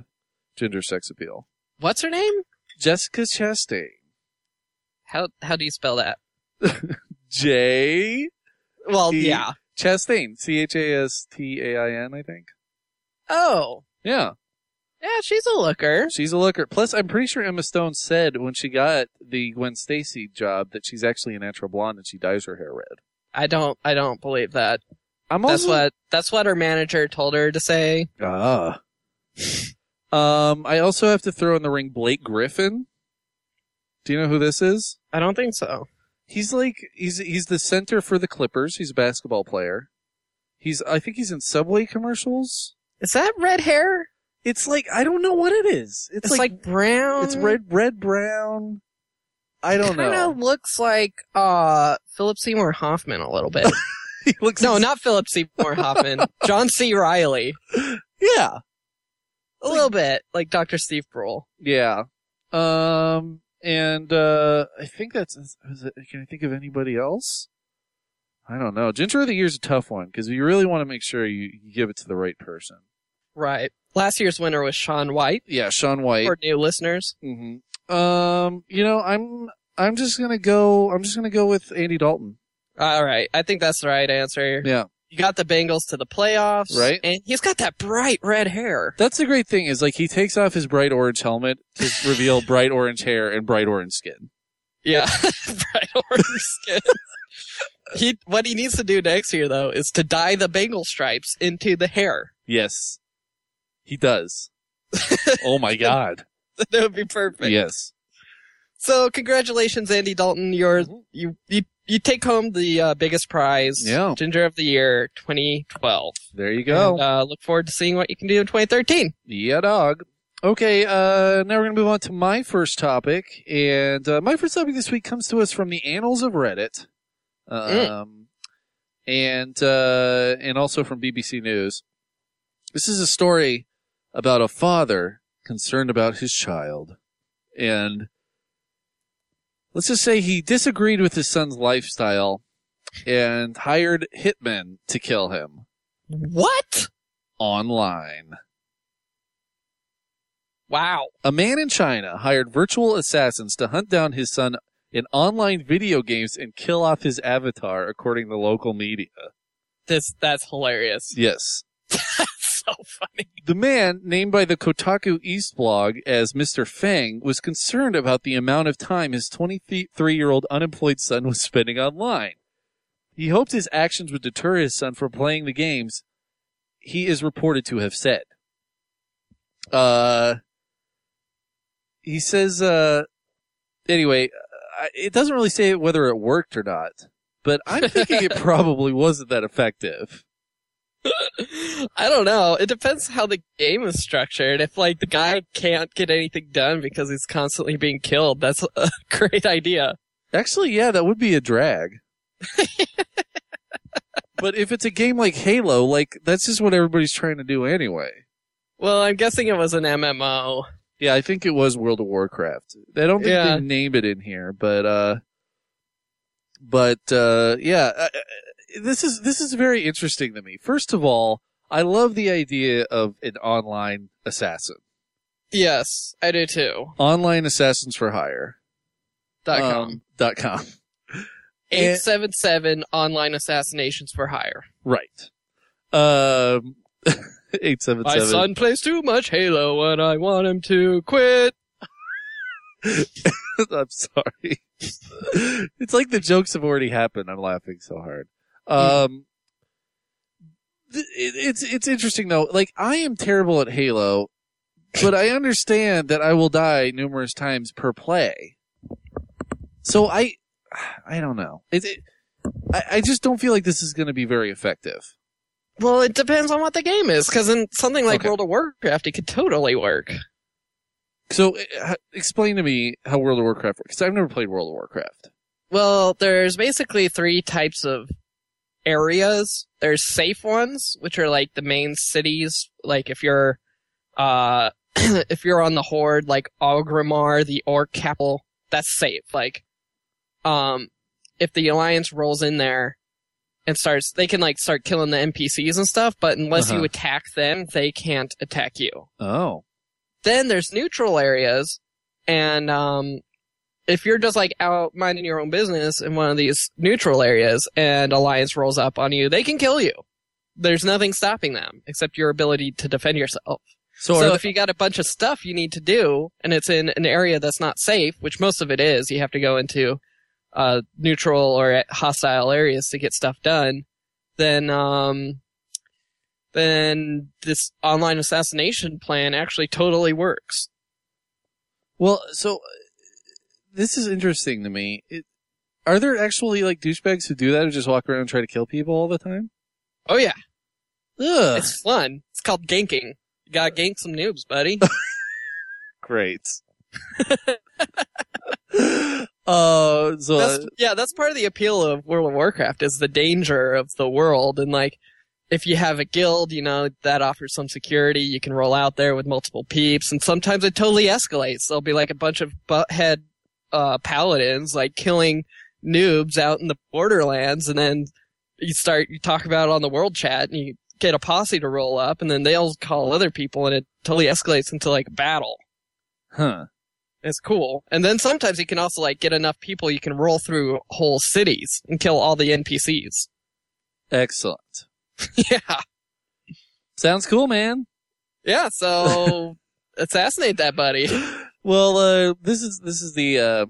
gender sex appeal.
What's her name?
Jessica Chastain.
How how do you spell that?
J.
Well,
E-
yeah.
Chastain. C H A S T A I N. I think.
Oh,
Yeah.
yeah, she's a looker.
She's a looker. Plus, I'm pretty sure Emma Stone said when she got the Gwen Stacy job that she's actually a natural blonde and she dyes her hair red.
I don't, I don't believe that.
I'm
That's
also
what that's what her manager told her to say.
ah. um, I also have to throw in the ring Blake Griffin. Do you know who this is?
I don't think so.
He's like he's he's the center for the Clippers. He's a basketball player. He's I think he's in Subway commercials.
Is that red hair?
It's like I don't know what it is. It's,
It's, like, brown.
it's red, red, brown. I don't
Kind
know.
of looks like uh Philip Seymour Hoffman a little bit.
He looks
No, not Philip Seymour Hoffman. John C. Riley.
yeah,
A little bit like Dr. Steve Brule.
yeah. Um, and uh, I think that's. Is it, can I think of anybody else? I don't know. Ginger of the Year is a tough one because you really want to make sure you, you give it to the right person.
Right. Last year's winner was Sean White
Yeah, Sean White.
for new listeners.
hmm Um, you know, I'm I'm just gonna go. I'm just gonna go with Andy Dalton.
All right. I think that's the right answer.
Yeah.
You got the Bengals to the playoffs.
Right.
And he's got that bright red hair.
That's the great thing is like he takes off his bright orange helmet to reveal bright orange hair and bright orange skin.
Yeah. bright orange skin. He, what he needs to do next year, though, is to dye the Bengal stripes into the hair.
Yes, he does. oh my god.
that would be perfect.
Yes.
So congratulations, Andy Dalton. You're
Mm-hmm.
you you, you take home the uh, biggest prize,
Yeah.
Ginger of the Year 2012.
There you
And,
go.
uh, look forward to seeing what you can do in 2013.
Yeah, dog. Okay, uh, now we're going to move on to my first topic. And uh, my first topic this week comes to us from the annals of Reddit. Um, and, uh, and also from BBC News. This is a story about a father concerned about his child. And let's just say he disagreed with his son's lifestyle and hired hitmen to kill him
What?
online.
Wow.
A man in China hired virtual assassins to hunt down his son in online video games and kill off his avatar, according to local media.
This that's hilarious.
Yes.
That's so funny.
The man, named by the Kotaku East blog as Mr. Fang, was concerned about the amount of time his 23 year old unemployed son was spending online. He hoped his actions would deter his son from playing the games he is reported to have said. Uh, he says, uh, anyway, I- it doesn't really say whether it worked or not, but I'm thinking it probably wasn't that effective.
I don't know. It depends how the game is structured. If like the guy can't get anything done because he's constantly being killed, that's a great idea.
Actually, yeah, that would be a drag. but if it's a game like Halo, like that's just what everybody's trying to do anyway.
Well, I'm guessing it was an MMO.
Yeah, I think it was World of Warcraft. I don't think
Yeah.
they named it in here, but uh but uh yeah, I- I- this is this is very interesting to me. First of all, I love the idea of an online assassin.
Yes, I do too.
Online assassins for hire.
Dot com.
Um, dot com.
Eh. 877 online assassinations for hire.
Right. Um 877
My son plays too much Halo and I want him to quit.
I'm sorry. it's like the jokes have already happened. I'm laughing so hard. Um, th- it, it's it's interesting though. Like I am terrible at Halo, but I understand that I will die numerous times per play. So I, I don't know. It, it, I, I just don't feel like this is going to be very effective.
Well, it depends on what the game is, because in something like
Okay.
World of Warcraft, it could totally work.
So uh, h- explain to me how World of Warcraft works. 'cause I've never played World of Warcraft.
Well, there's basically three types of areas. There's safe ones, which are like the main cities. Like if you're, uh, if you're on the Horde, like Orgrimmar, the Orc capital, that's safe. Like, um, if the Alliance rolls in there and starts, they can like start killing the NPCs and stuff, but unless you
Uh-huh.
attack them, they can't attack you
Oh,
then there's neutral areas and um if you're just like out minding your own business in one of these neutral areas and alliance rolls up on you they can kill you there's nothing stopping them except your ability to defend yourself
so,
so
are
if you got a bunch of stuff you need to do and it's in an area that's not safe which most of it is you have to go into uh neutral or hostile areas to get stuff done then um then this online assassination plan actually totally works
Well, so uh, this is interesting to me. It, are there actually like douchebags who do that who just walk around and try to kill people all the time?
Oh yeah,
Ugh.
it's fun. It's called ganking. Gotta gank some noobs, buddy.
Great. uh, so uh,
That's, yeah, that's part of the appeal of World of Warcraft is the danger of the world and like if you have a guild, you know, that offers some security. You can roll out there with multiple peeps and sometimes it totally escalates. There'll be like a bunch of butthead uh paladins like killing noobs out in the borderlands and then you start you talk about it on the world chat and you get a posse to roll up and then they'll call other people and it totally escalates into like a battle.
huh.
It's cool. And then sometimes you can also like get enough people you can roll through whole cities and kill all the NPCs.
Excellent.
yeah.
Sounds cool, man.
Yeah, so assassinate that buddy.
Well, uh, this is this is the uh,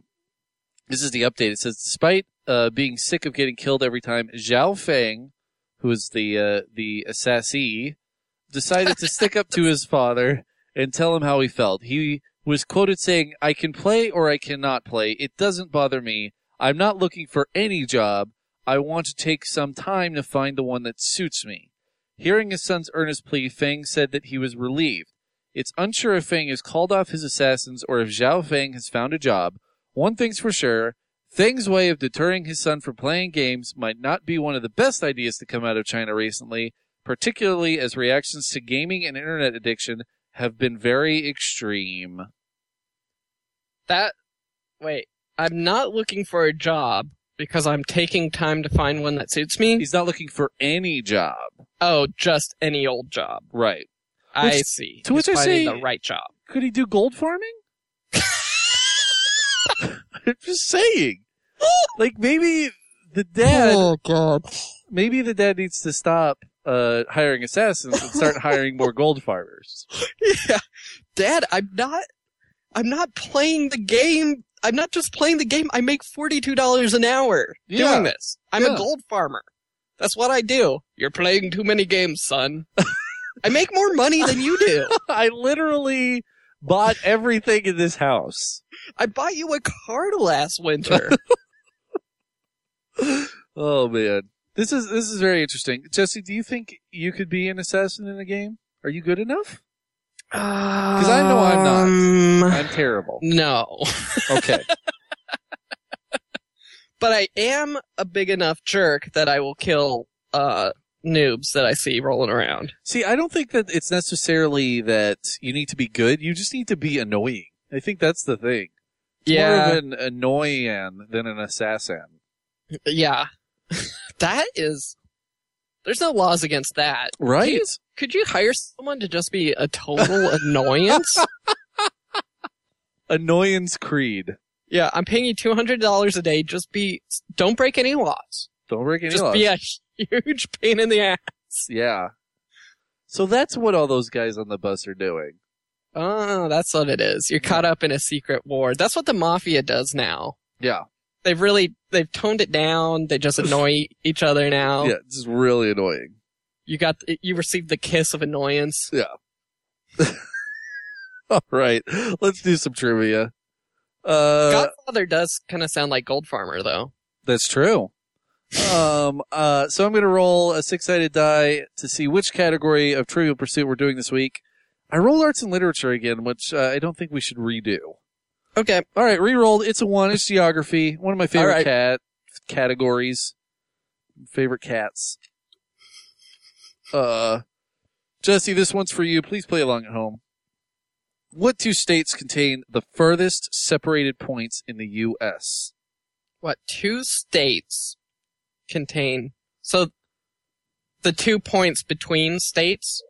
this is the update. It says despite uh, being sick of getting killed every time, Zhao Feng, who is the uh, the assassin, decided to stick up to his father and tell him how he felt. He was quoted saying, "I can play or I cannot play. It doesn't bother me. I'm not looking for any job. I want to take some time to find the one that suits me." Hearing his son's earnest plea, Feng said that he was relieved. It's unsure if Fang has called off his assassins or if Zhao Fang has found a job. One thing's for sure Fang's way of deterring his son from playing games might not be one of the best ideas to come out of China recently, particularly as reactions to gaming and internet addiction have been very extreme.
That wait, I'm not looking for a job because I'm taking time to find one that suits me.
He's not looking for any job.
Oh, just any old job.
Right.
I
Which-
see.
to
He's
which I
finding
say-
the right job.
Could he do gold farming? I'm just saying. Like maybe the dad
Oh.
God.
maybe the dad needs to stop uh, hiring assassins and start hiring more gold farmers.
Yeah. Dad, I'm not I'm not playing the game. I'm not just playing the game. I make $42 an hour
Yeah.
doing this. I'm
Yeah.
a gold farmer. That's what I do. You're playing too many games, son. I make more money than you do.
I literally bought everything in this house.
I bought you a car last winter.
Oh man, this is this is very interesting. Jesse, do you think you could be an assassin in a game? Are you good enough?
Because
I know I'm not.
not.
I'm terrible.
No.
Okay.
But I am a big enough jerk that I will kill uh, noobs that I see rolling around.
See, I don't think that it's necessarily that you need to be good. You just need to be annoying. I think that's the thing. It's More of an annoying than an assassin.
Yeah. that is. There's no laws against that.
Right.
Jeez. Could you hire someone to just be a total annoyance?
Annoyance Creed.
Yeah, I'm paying you $200 a day. Just be. Don't break any laws.
Don't break any
Just
laws.
be a huge pain in the ass.
Yeah. So that's what all those guys on the bus are doing.
Oh, that's what it is. You're caught up in a secret war. That's what the mafia does now.
Yeah.
They've really. They've toned it down. They just annoy each other now.
Yeah, this is really annoying.
You got. You received the kiss of annoyance.
All right. Let's do some trivia. Uh
Godfather does kind of sound like Gold Farmer, though.
that's true. Um uh so I'm going to roll a six-sided die to see which category of trivial pursuit we're doing this week. I rolled arts and literature again, which uh, I don't think we should redo.
Okay.
All right, re-rolled. It's a one. It's geography. One of my favorite
right.
cat categories. Favorite cats. Uh, Jesse, this one's for you. Please play along at home. What two states contain the furthest separated points in the U.S.?
What two states contain? So the two points between states.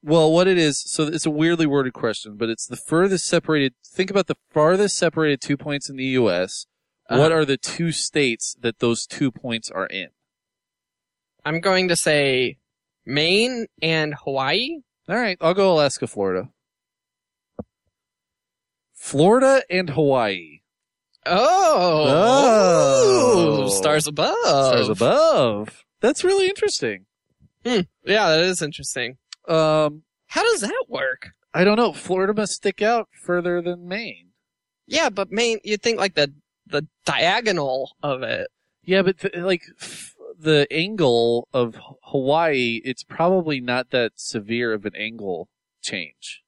Well, what it is, so it's a weirdly worded question, but it's the furthest separated. Think about the farthest separated two points in the U.S. What
Uh,
are the two states that those two points are in?
I'm going to say Maine and Hawaii.
All right, I'll go Alaska, Florida. Florida and Hawaii.
Oh,
Oh.
Ooh, stars above.
Stars above. That's really interesting.
Yeah, that is interesting.
Um,
How does that work?
I don't know. Florida must stick out further than Maine.
Yeah, but Maine. You'd think like the the diagonal of it.
Yeah, but th- like f- the angle of H- Hawaii, it's probably not that severe of an angle change.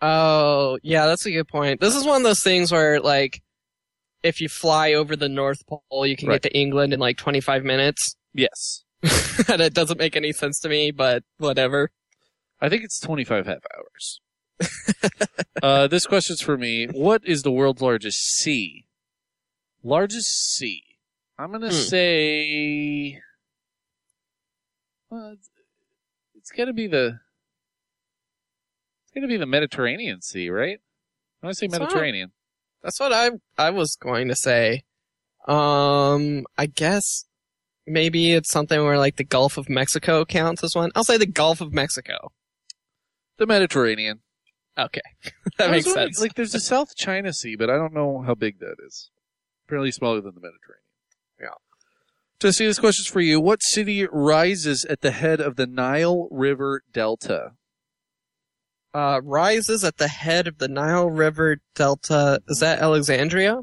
Oh, yeah, that's a good point. This is one of those things where, like, if you fly over the North Pole, you can
Right.
get to England in like 25 minutes.
Yes.
and it doesn't make any sense to me, but whatever.
I think it's 25 half hours. uh, this question's for me. What is the world's largest sea? Largest sea. I'm going to
Hmm.
say. Well, it's it's going to be the. It's going to be the Mediterranean Sea, right? I'm going to say
It's not-
Mediterranean.
That's what I I was going to say. Um, I guess maybe it's something where like the Gulf of Mexico counts as one. I'll say the Gulf of Mexico.
The Mediterranean.
Okay, that
I was
makes
wondering,
sense.
Like, there's the South China Sea, but I don't know how big that is. Apparently smaller than the Mediterranean.
Yeah.
Jesse, this question's for you. What city rises at the head of the Nile River Delta?
uh, rises at the head of the Nile River Delta. Is that Alexandria?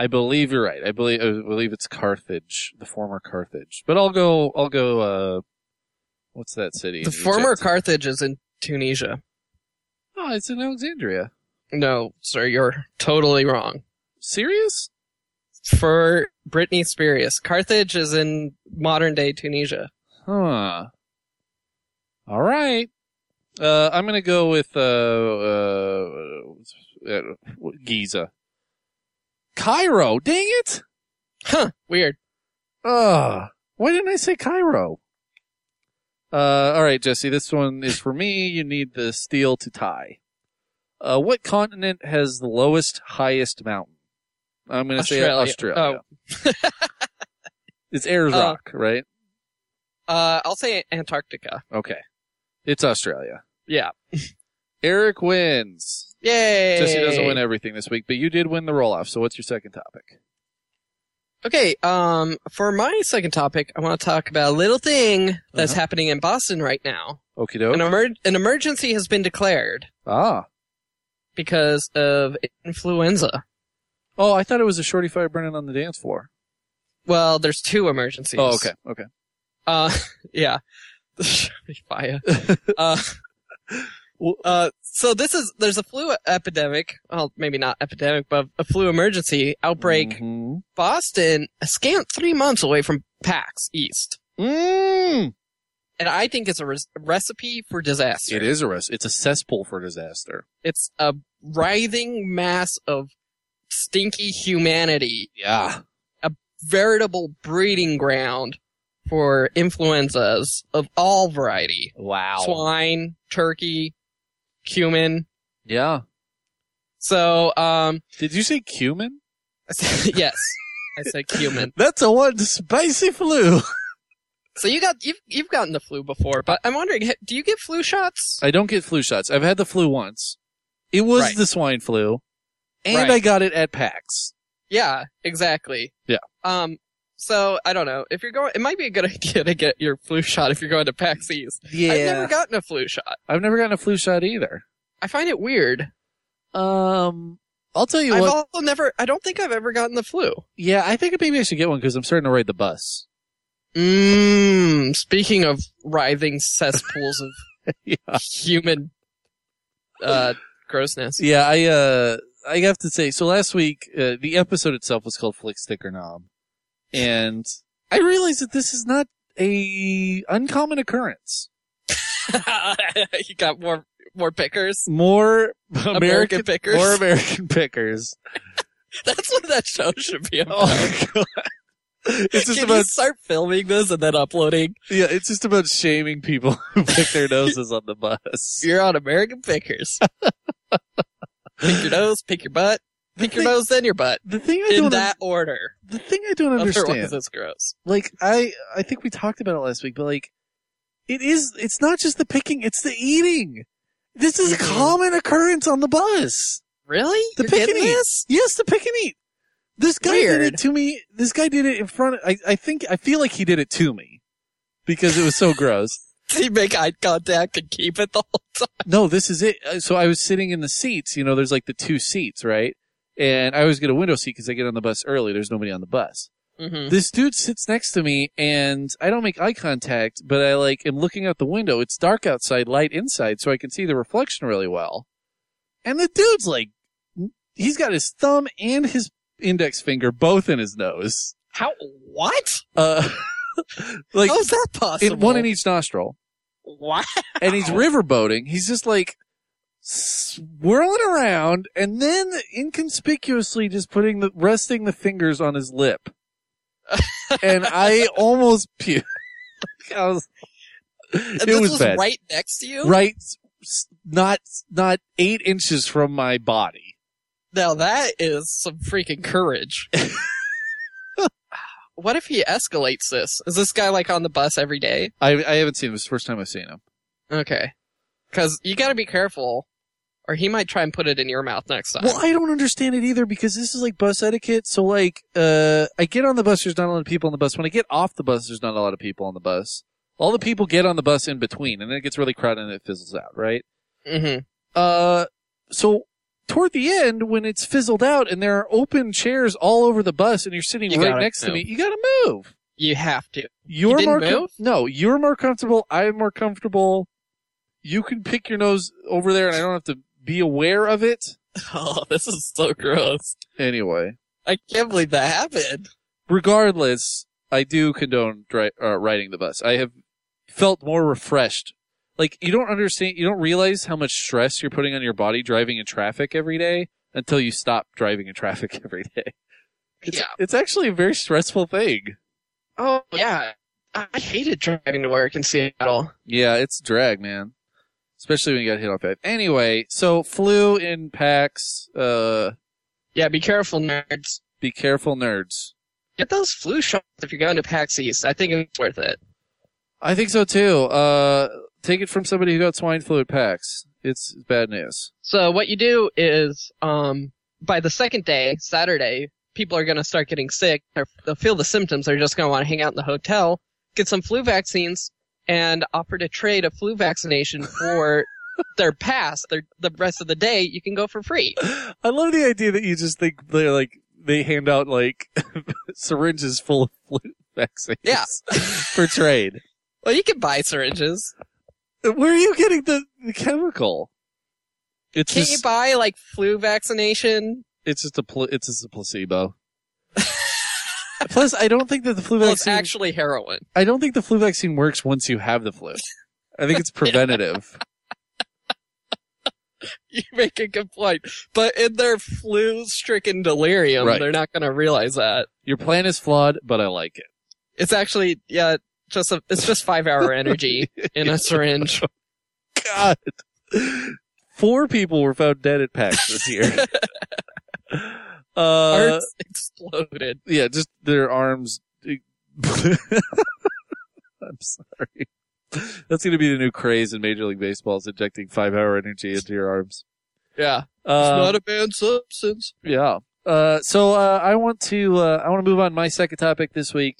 I believe you're right. I believe I believe it's Carthage, the former Carthage. But I'll go. I'll go. uh What's that city?
The
in
former
Egypt?
Carthage is in Tunisia.
Oh, it's in Alexandria.
No, sir, you're totally wrong.
Serious?
For Britney Spears, Carthage is in modern day Tunisia.
Huh. All right. Uh, I'm gonna go with uh, uh, uh, Giza. Cairo. Dang it!
Huh, weird.
Ugh. Why didn't I say Cairo? Uh, all right, Jesse. This one is for me. You need the steel to tie. Uh, what continent has the lowest, highest mountain? I'm gonna
Australia.
say Australia. it's Ayers
Oh.
Rock, right?
Uh, I'll say Antarctica.
Okay. It's Australia.
Yeah.
Eric wins.
Yay!
Jesse doesn't win everything this week, but you did win the roll off. So what's your second topic?
Okay, um, for my second topic, I want to talk about a little thing that's
Uh-huh.
happening in Boston right now.
Okie
An,
doke.
emer- an emergency has been declared
Ah.
because of influenza.
Oh, I thought it was a shorty fire burning on the dance floor.
Well, there's two emergencies.
Oh, okay. Okay.
Uh, yeah. Fire. uh, uh, so this is there's a flu epidemic. Well, maybe not epidemic, but a flu emergency outbreak.
Mhm.
Boston, a scant three months away from PAX East,
Mm.
and I think it's a res- recipe for disaster.
It is a risk. It's a cesspool for disaster.
It's a writhing mass of stinky humanity,
Yeah.
veritable breeding ground for influenzas of all variety.
Wow.
swine, turkey, cumin.
Yeah.
So, um,
Did you say cumin?
I said- yes, I said cumin.
That's a one spicy flu.
So you got you've you've gotten the flu before, but I'm wondering, h- do you get flu shots?
I don't get flu shots. I've had the flu once. It was
Right.
the swine flu, and
Right.
I got it at PAX.
Yeah, exactly.
Yeah.
Um. So I don't know if you're going. It might be a good idea to get your flu shot if you're going to PAX East.
Yeah.
I've never gotten a flu shot.
I've never gotten a flu shot either.
I find it weird.
Um, I'll tell you
I've
what.
also never. I don't think I've ever gotten the flu.
yeah, I think maybe I should get one because I'm starting to ride the bus. Mm,
Mmm. Speaking of writhing cesspools of
yeah,
human uh, grossness.
yeah. I uh, I have to say. So last week, uh, the episode itself was called "Flick Sticker Knob," and I realized that this is not a uncommon occurrence.
you got more more pickers.
More American,
American pickers.
more American pickers.
That's what that show should be about.
Oh god. It's just
Can you
about
start filming this and then uploading?
yeah, it's just about shaming people who pick their noses on the bus.
You're on American Pickers. pick your nose, pick your butt, pick your
Think-
nose, then your butt.
The thing I
In
don't
that order.
the thing I don't
Otherwise,
understand
it's gross.
like I I think we talked about it last week, but like it is it's not just the picking, it's the eating. This is a
Mhm.
common occurrence on the bus.
Really?
The
You're getting
pick and eat.
this?
Yes, the pick and eat. This guy did
Weird.
it to me. This guy did it in front of I, I think I feel like he did it to me. Because it was so gross.
Does he make eye contact and keep it the whole time?
No, this is it. Uh, So I was sitting in the seats. You know, there's like the two seats, right? And I always get a window seat because I get on the bus early. There's nobody on the bus.
hmm
This dude sits next to me and I don't make eye contact, but I like am looking out the window. It's dark outside, light inside, so I can see the reflection really well. And the dude's like, he's got his thumb and his index finger both in his nose.
How? What?
Uh, like
How's that possible?
in one in each nostril.
What?
And he's riverboating. He's just like swirling around and then inconspicuously just putting the resting the fingers on his lip. and I almost puked. I was, it
this
was,
was,
bad.
right next to you.
Right, s- not not eight inches from my body.
Now that is some freaking courage.
What if he escalates this? Is this guy like on the bus every day?
I I haven't seen him. It's the first time I've seen him.
Okay. Because you got to be careful, or he might try and put it in your mouth next time.
Well, I don't understand it either because this is like bus etiquette. So like, uh, I get on the bus. There's not a lot of people on the bus. When I get off the bus, there's not a lot of people on the bus. All the people get on the bus in between, and then it gets really crowded and it fizzles out, right?
hmm
Uh, so toward the end, when it's fizzled out and there are open chairs all over the bus, and you're sitting
You
right
gotta
next to
move.
me, you gotta move.
You have to.
You're
didn't
more com-
move?
no, you're more comfortable. I'm more comfortable. You can pick your nose over there, and I don't have to be aware of it.
Oh, this is so gross.
Anyway.
I can't believe that happened.
regardless, I do condone dri- uh, riding the bus. I have felt more refreshed. Like you don't understand, you don't realize how much stress you're putting on your body driving in traffic every day until you stop driving in traffic every day. It's,
Yeah.
it's actually a very stressful thing.
Oh yeah, I I hated driving to work in Seattle.
Yeah, it's drag, man. Especially when you got hit on five. Anyway, so flu in packs. Uh,
Yeah, be careful, nerds.
be careful, nerds.
Get those flu shots if you're going to PAX East. I think it's worth it.
I think so too. Uh, take it from somebody who got swine flu at PAX. It's bad news.
So what you do is, um, by the second day, Saturday, people are going to start getting sick. They're, they'll feel the symptoms. They're just going to want to hang out in the hotel, get some flu vaccines, and offer to trade a flu vaccination for their pass. Their the rest of the day you can go for free.
I love the idea that you just think they're like they hand out like syringes full of flu vaccines
Yeah.
for trade.
Well, you can buy syringes.
Where are you getting the, the chemical? It's
Can't you
just
buy like flu vaccination?
it's just a pl- it's just a placebo. Plus, I don't think that the flu
Well, it's
vaccine.
actually heroin.
I don't think the flu vaccine works once you have the flu. I think it's preventative.
you make a good point. But in their flu-stricken delirium,
Right.
they're not going to realize that.
Your plan is flawed, but I like it.
It's actually, yeah, just a, it's just five-hour energy in a syringe.
God. Four people were found dead at PAX this year. uh,
Hearts exploded.
yeah, just their arms. I'm sorry. That's going to be the new craze in Major League Baseball is injecting five hour energy into your arms.
Yeah, it's
Um,
not a bad substance.
yeah. Uh, so uh, I want to uh, I want to move on to my second topic this week,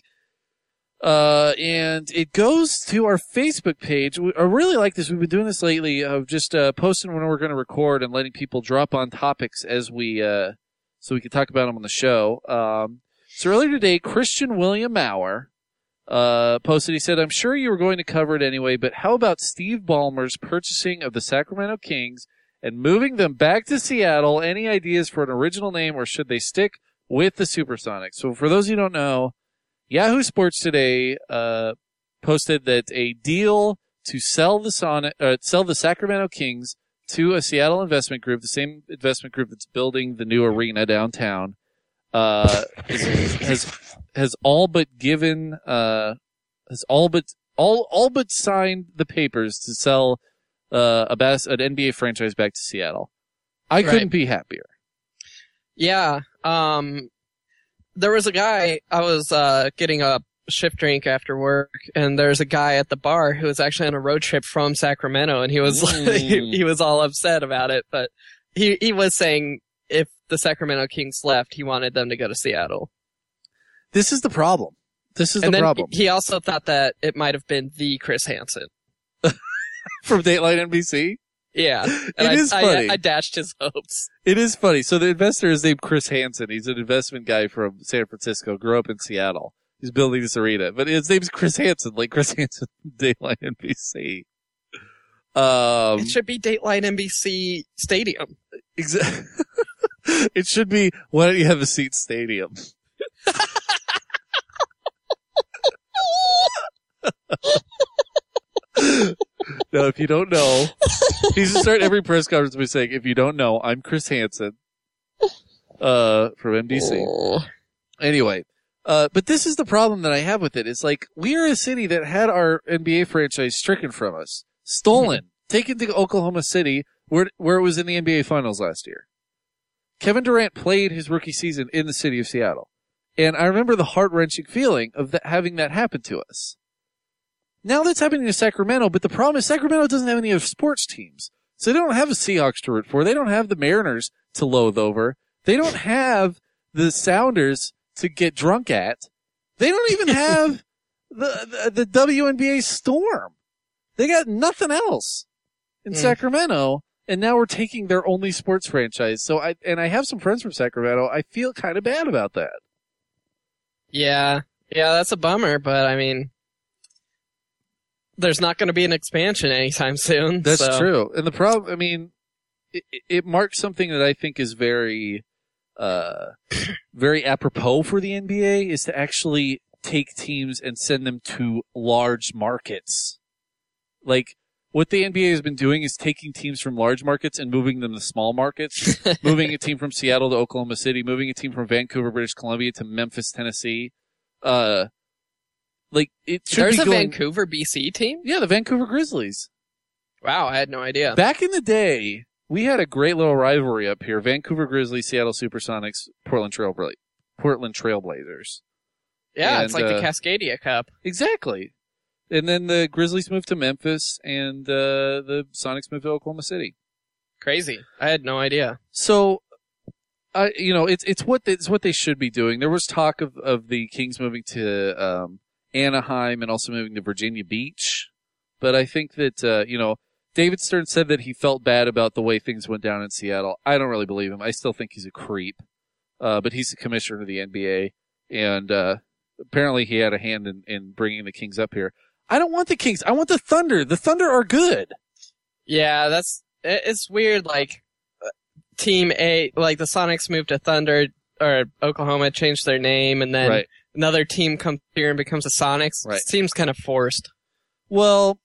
uh, and it goes to our Facebook page. We, I really like this. We've been doing this lately of just uh, posting when we're going to record and letting people drop on topics as we uh, so we can talk about them on the show. Um, so earlier today, Christian William Maurer uh, posted. He said, "I'm sure you were going to cover it anyway, but how about Steve Ballmer's purchasing of the Sacramento Kings?" and moving them back to Seattle. Any ideas for an original name, or should they stick with the Supersonics? So, for those who don't know, Yahoo Sports today uh, posted that a deal to sell the Sonic, uh, sell the Sacramento Kings to a Seattle investment group, the same investment group that's building the new arena downtown, uh, is- has has all but given uh, has all but all all but signed the papers to sell uh, a bas- an NBA franchise back to Seattle. I
Right.
couldn't be happier.
Yeah. Um, there was a guy, I was, uh, getting a shift drink after work, and there's a guy at the bar who was actually on a road trip from Sacramento, and he was, like, he,
Mm.
he was all upset about it, but he, he was saying if the Sacramento Kings left, he wanted them to go to Seattle.
This is the problem. This is
and
the
then
problem
he also thought that it might have been the Chris Hansen.
from Dateline NBC.
Yeah.
It
I,
is
I-
funny.
I, dashed his hopes.
It is funny. So the investor is named Chris Hansen. He's an investment guy from San Francisco, grew up in Seattle. He's building this arena, but his name's Chris Hansen, like Chris Hansen from Daylight NBC. Um,
it should be Dateline NBC Stadium.
exa- it should be, why don't you have a seat stadium? now, if you don't know, he's to start every press conference by saying, if you don't know, I'm Chris Hansen, uh, from NBC.
Oh.
Anyway, uh, but this is the problem that I have with it. It's like we are a city that had our NBA franchise stricken from us, stolen, taken to Oklahoma City, where where it was in the NBA Finals last year. Kevin Durant played his rookie season in the city of Seattle, and I remember the heart wrenching feeling of that, having that happen to us. Now that's happening to Sacramento, but the problem is Sacramento doesn't have any of sports teams, so they don't have a Seahawks to root for. They don't have the Mariners to loathe over. They don't have the Sounders to get drunk at. They don't even have the, the the WNBA Storm. They got nothing else in
Mm.
Sacramento, and now we're taking their only sports franchise. So I and I have some friends from Sacramento. I feel kind of bad about that.
Yeah. Yeah, that's a bummer, but I mean, there's not going to be an expansion anytime soon.
That's
so-
true. And the problem, I mean, it, it- it marks something that I think is very, uh, very apropos for the NBA is to actually take teams and send them to large markets. Like what the NBA has been doing is taking teams from large markets and moving them to small markets, moving a team from Seattle to Oklahoma City, moving a team from Vancouver, British Columbia to Memphis, Tennessee. Uh, like it should
There's
be
a
going.
Vancouver BC team?
yeah, the Vancouver Grizzlies.
Wow, I had no idea.
Back in the day, we had a great little rivalry up here: Vancouver Grizzlies, Seattle Supersonics, Portland Trailbla- Portland Trailblazers.
yeah, it's
and,
like
uh,
the Cascadia Cup.
Exactly. And then the Grizzlies moved to Memphis, and uh, the Sonics moved to Oklahoma City.
Crazy. I had no idea.
So, I you know it's it's what it's what they should be doing. There was talk of of the Kings moving to um, Anaheim and also moving to Virginia Beach, but I think that uh, you know David Stern said that he felt bad about the way things went down in Seattle. I don't really believe him. I still think he's a creep, uh, but he's the commissioner of the NBA, and uh, apparently he had a hand in in bringing the Kings up here. I don't want the Kings. I want the Thunder. The Thunder are good.
Yeah, that's it- it's weird. Like uh, Team A, like the Sonics moved to Thunder or Oklahoma, changed their name, and then
right.
another team comes here and becomes the Sonics.
Right.
Seems kind of forced.
Well,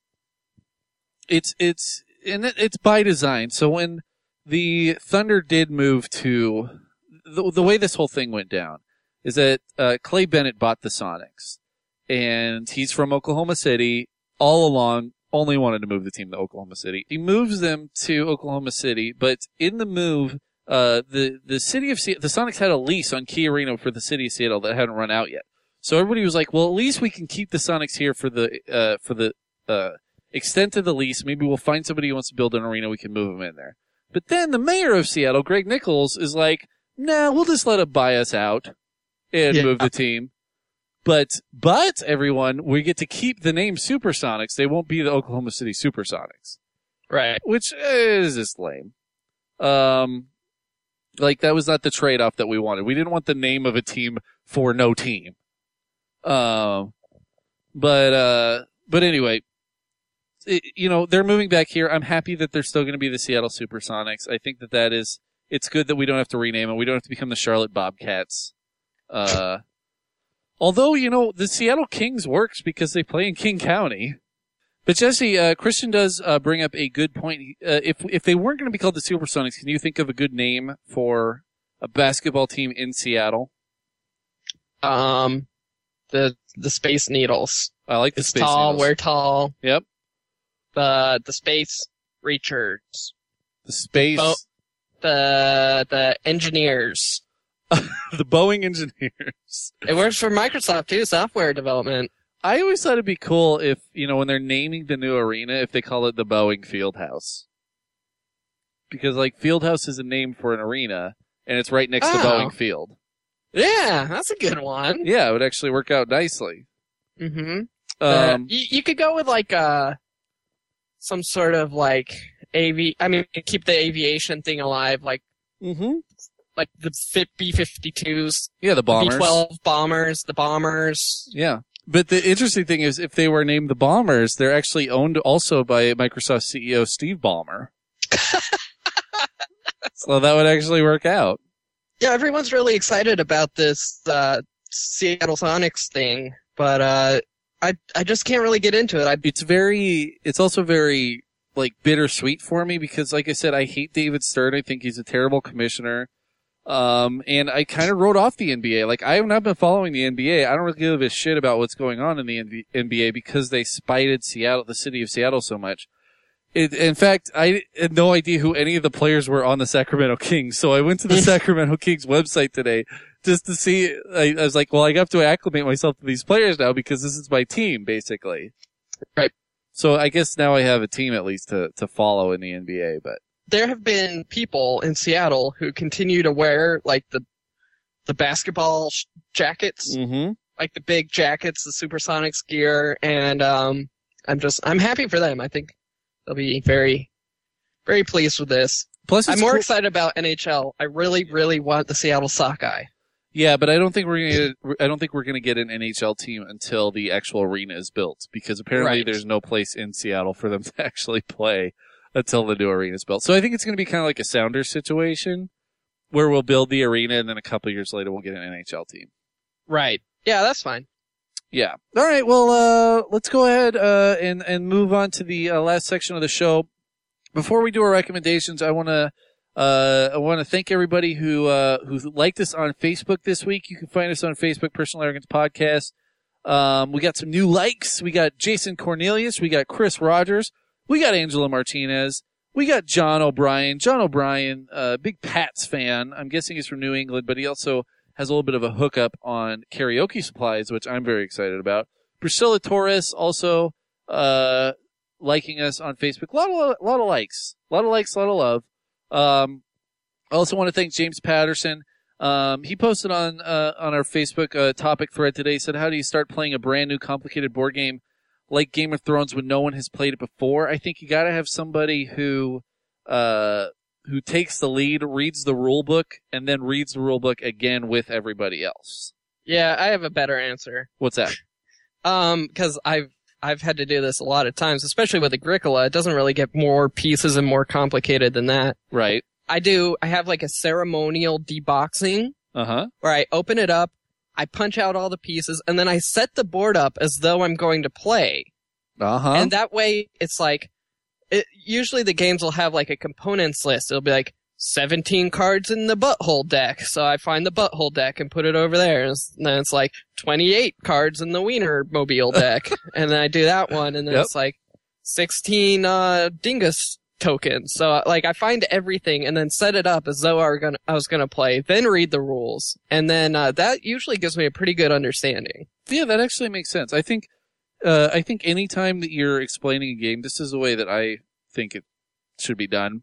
it's it's and it, it's by design. So when the Thunder did move to the, the way this whole thing went down is that uh, Clay Bennett bought the Sonics, and he's from Oklahoma City. All along, only wanted to move the team to Oklahoma City. He moves them to Oklahoma City, but in the move, uh, the the city of Se- the Sonics had a lease on Key Arena for the city of Seattle that hadn't run out yet. So everybody was like, "Well, at least we can keep the Sonics here for the uh, for the uh, extent of the lease. Maybe we'll find somebody who wants to build an arena. We can move them in there." But then the mayor of Seattle, Greg Nichols, is like, "Nah, we'll just let it buy us out and
Yeah.
move the team." But but everyone, we get to keep the name Supersonics. They won't be the Oklahoma City Supersonics
Right.
which is just lame. Um, like that was not the trade off that we wanted. We didn't want the name of a team for no team. Um, but uh, but anyway, it, you know they're moving back here. I'm happy that they're still going to be the Seattle SuperSonics. I think that that is it's good that we don't have to rename them. We don't have to become the Charlotte Bobcats. Uh, although you know the Seattle Kings works because they play in King County. But Jesse, uh, Christian does uh, bring up a good point. Uh, if if they weren't going to be called the Supersonics, can you think of a good name for a basketball team in Seattle?
Um, the the Space Needles.
I like the
it's
Space
tall.
Needles.
We're tall.
Yep.
The the Space Reachers.
the space,
Bo- The the engineers.
the Boeing engineers.
It works for Microsoft too. Software development.
I always thought it'd be cool if you know when they're naming the new arena, if they call it the Boeing Fieldhouse, because like Fieldhouse is a name for an arena, and it's right next to
Oh.
Boeing Field.
Yeah, that's a good one.
Yeah, it would actually work out nicely.
Mm-hmm. Uh,
Um,
you, you could go with like uh some sort of like AV. I mean, keep the aviation thing alive, like
Mm-hmm.
like the B 52s,
Yeah, the
B
bombers.
12 bombers, the bombers.
Yeah. But the interesting thing is, if they were named the Bombers, they're actually owned also by Microsoft CEO Steve Ballmer. so that would actually work out.
Yeah, everyone's really excited about this uh, Seattle Sonics thing, but uh, I I just can't really get into it. I
It's very, it's also very like bittersweet for me because, like I said, I hate David Stern. I think he's a terrible commissioner. Um, and I kind of wrote off the NBA. Like I have not been following the NBA. I don't really give a shit about what's going on in the NB- NBA because they spited Seattle, the city of Seattle, so much. It, in fact, I had no idea who any of the players were on the Sacramento Kings. So I went to the Sacramento Kings website today just to see. I, I was like, well, I have to acclimate myself to these players now because this is my team, basically.
Right.
So I guess now I have a team at least to, to follow in the NBA, but
there have been people in Seattle who continue to wear like the the basketball sh- jackets,
mm-hmm.
like the big jackets, the Supersonics gear, and um, I'm just I'm happy for them. I think they'll be very very pleased with this.
plus
I'm
it's
more
cool-
excited about NHL. I really really want the Seattle Sockeye.
Yeah, but I don't think we're gonna. Get, I don't think we're gonna get an NHL team until the actual arena is built because apparently
Right.
there's no place in Seattle for them to actually play until the new arena is built. So I think it's gonna be kind of like a Sounder situation where we'll build the arena and then a couple of years later we'll get an NHL team.
Right. Yeah, that's fine.
Yeah. All right. Well, uh, let's go ahead uh, and and move on to the uh, last section of the show. Before we do our recommendations, I want to uh, I want to thank everybody who uh, who liked us on Facebook this week. You can find us on Facebook, Personal Arrogance Podcast. Um, we got some new likes. We got Jason Cornelius. We got Chris Rogers. We got Angela Martinez. We got John O'Brien. John O'Brien, uh, big Pats fan. I'm guessing he's from New England, but he also has a little bit of a hookup on karaoke supplies, which I'm very excited about. Priscilla Torres also uh, liking us on Facebook. A lot of lot of likes, a lot of likes, a lot of love. Um, I also want to thank James Patterson. Um, he posted on uh, on our Facebook uh, topic thread today. Said, "How do you start playing a brand new complicated board game like Game of Thrones when no one has played it before?" I think you got to have somebody who uh, who takes the lead, reads the rule book, and then reads the rule book again with everybody else.
Yeah, I have a better answer.
What's that?
Um, because I've I've had to do this a lot of times, especially with Agricola. It doesn't really get more pieces and more complicated than that.
Right.
I do. I have like a ceremonial deboxing
Uh huh.
where I open it up, I punch out all the pieces, and then I set the board up as though I'm going to play.
Uh huh.
And that way, it's like, it, usually the games will have like a components list. It'll be like 17 cards in the butthole deck. So I find the butthole deck and put it over there. And it's- and then it's like 28 cards in the wiener mobile deck. and then I do that one. And then
Yep.
it's like 16 uh, dingus tokens. So uh, like I find everything and then set it up as though I were gonna I was gonna play, then read the rules. And then uh, that usually gives me a pretty good understanding.
yeah, that actually makes sense. I think, uh, I think any time that you're explaining a game, this is the way that I think it should be done.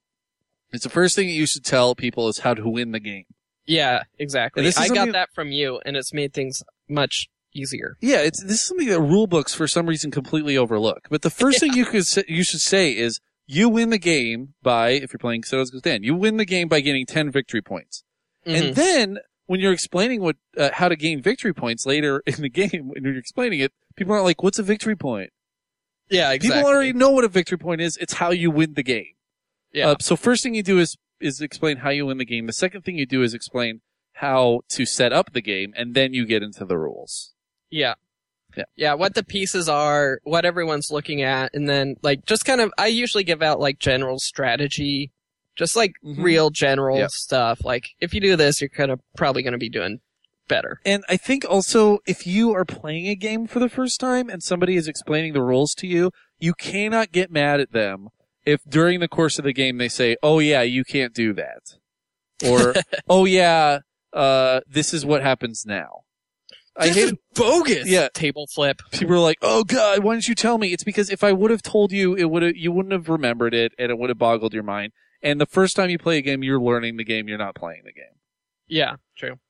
It's the first thing that you should tell people is how to win the game.
Yeah, exactly.
And this is
I
something-
got that from you, and it's made things much easier.
Yeah, it's this is something that rule books for some reason completely overlook. But the first thing you could say, you should say is you win the game by if you're playing Settlers Goes Dan, you win the game by getting ten victory points.
Mhm.
And then when you're explaining what uh, how to gain victory points later in the game, when you're explaining it, people aren't like, "What's a victory point?"
yeah, exactly.
People already know what a victory point is. It's how you win the game.
Yeah.
Uh, so first thing you do is is explain how you win the game. The second thing you do is explain how to set up the game, and then you get into the rules.
yeah.
Yeah.
what the pieces are, what everyone's looking at, and then like just kind of I usually give out like general strategy, just like
Mhm.
real general
Yep.
stuff. Like if you do this, you're kind of probably going to be doing better.
And I think also if you are playing a game for the first time and somebody is explaining the rules to you, you cannot get mad at them if during the course of the game they say, "Oh yeah, you can't do that," or "Oh yeah, uh, this is what happens now." I
This
hate
is bogus.
Yeah.
table flip.
people are like, "Oh God, why didn't you tell me?" It's because if I would have told you, it would have you wouldn't have remembered it, and it would have boggled your mind. And the first time you play a game, you're learning the game. You're not playing the game,
Yeah, true.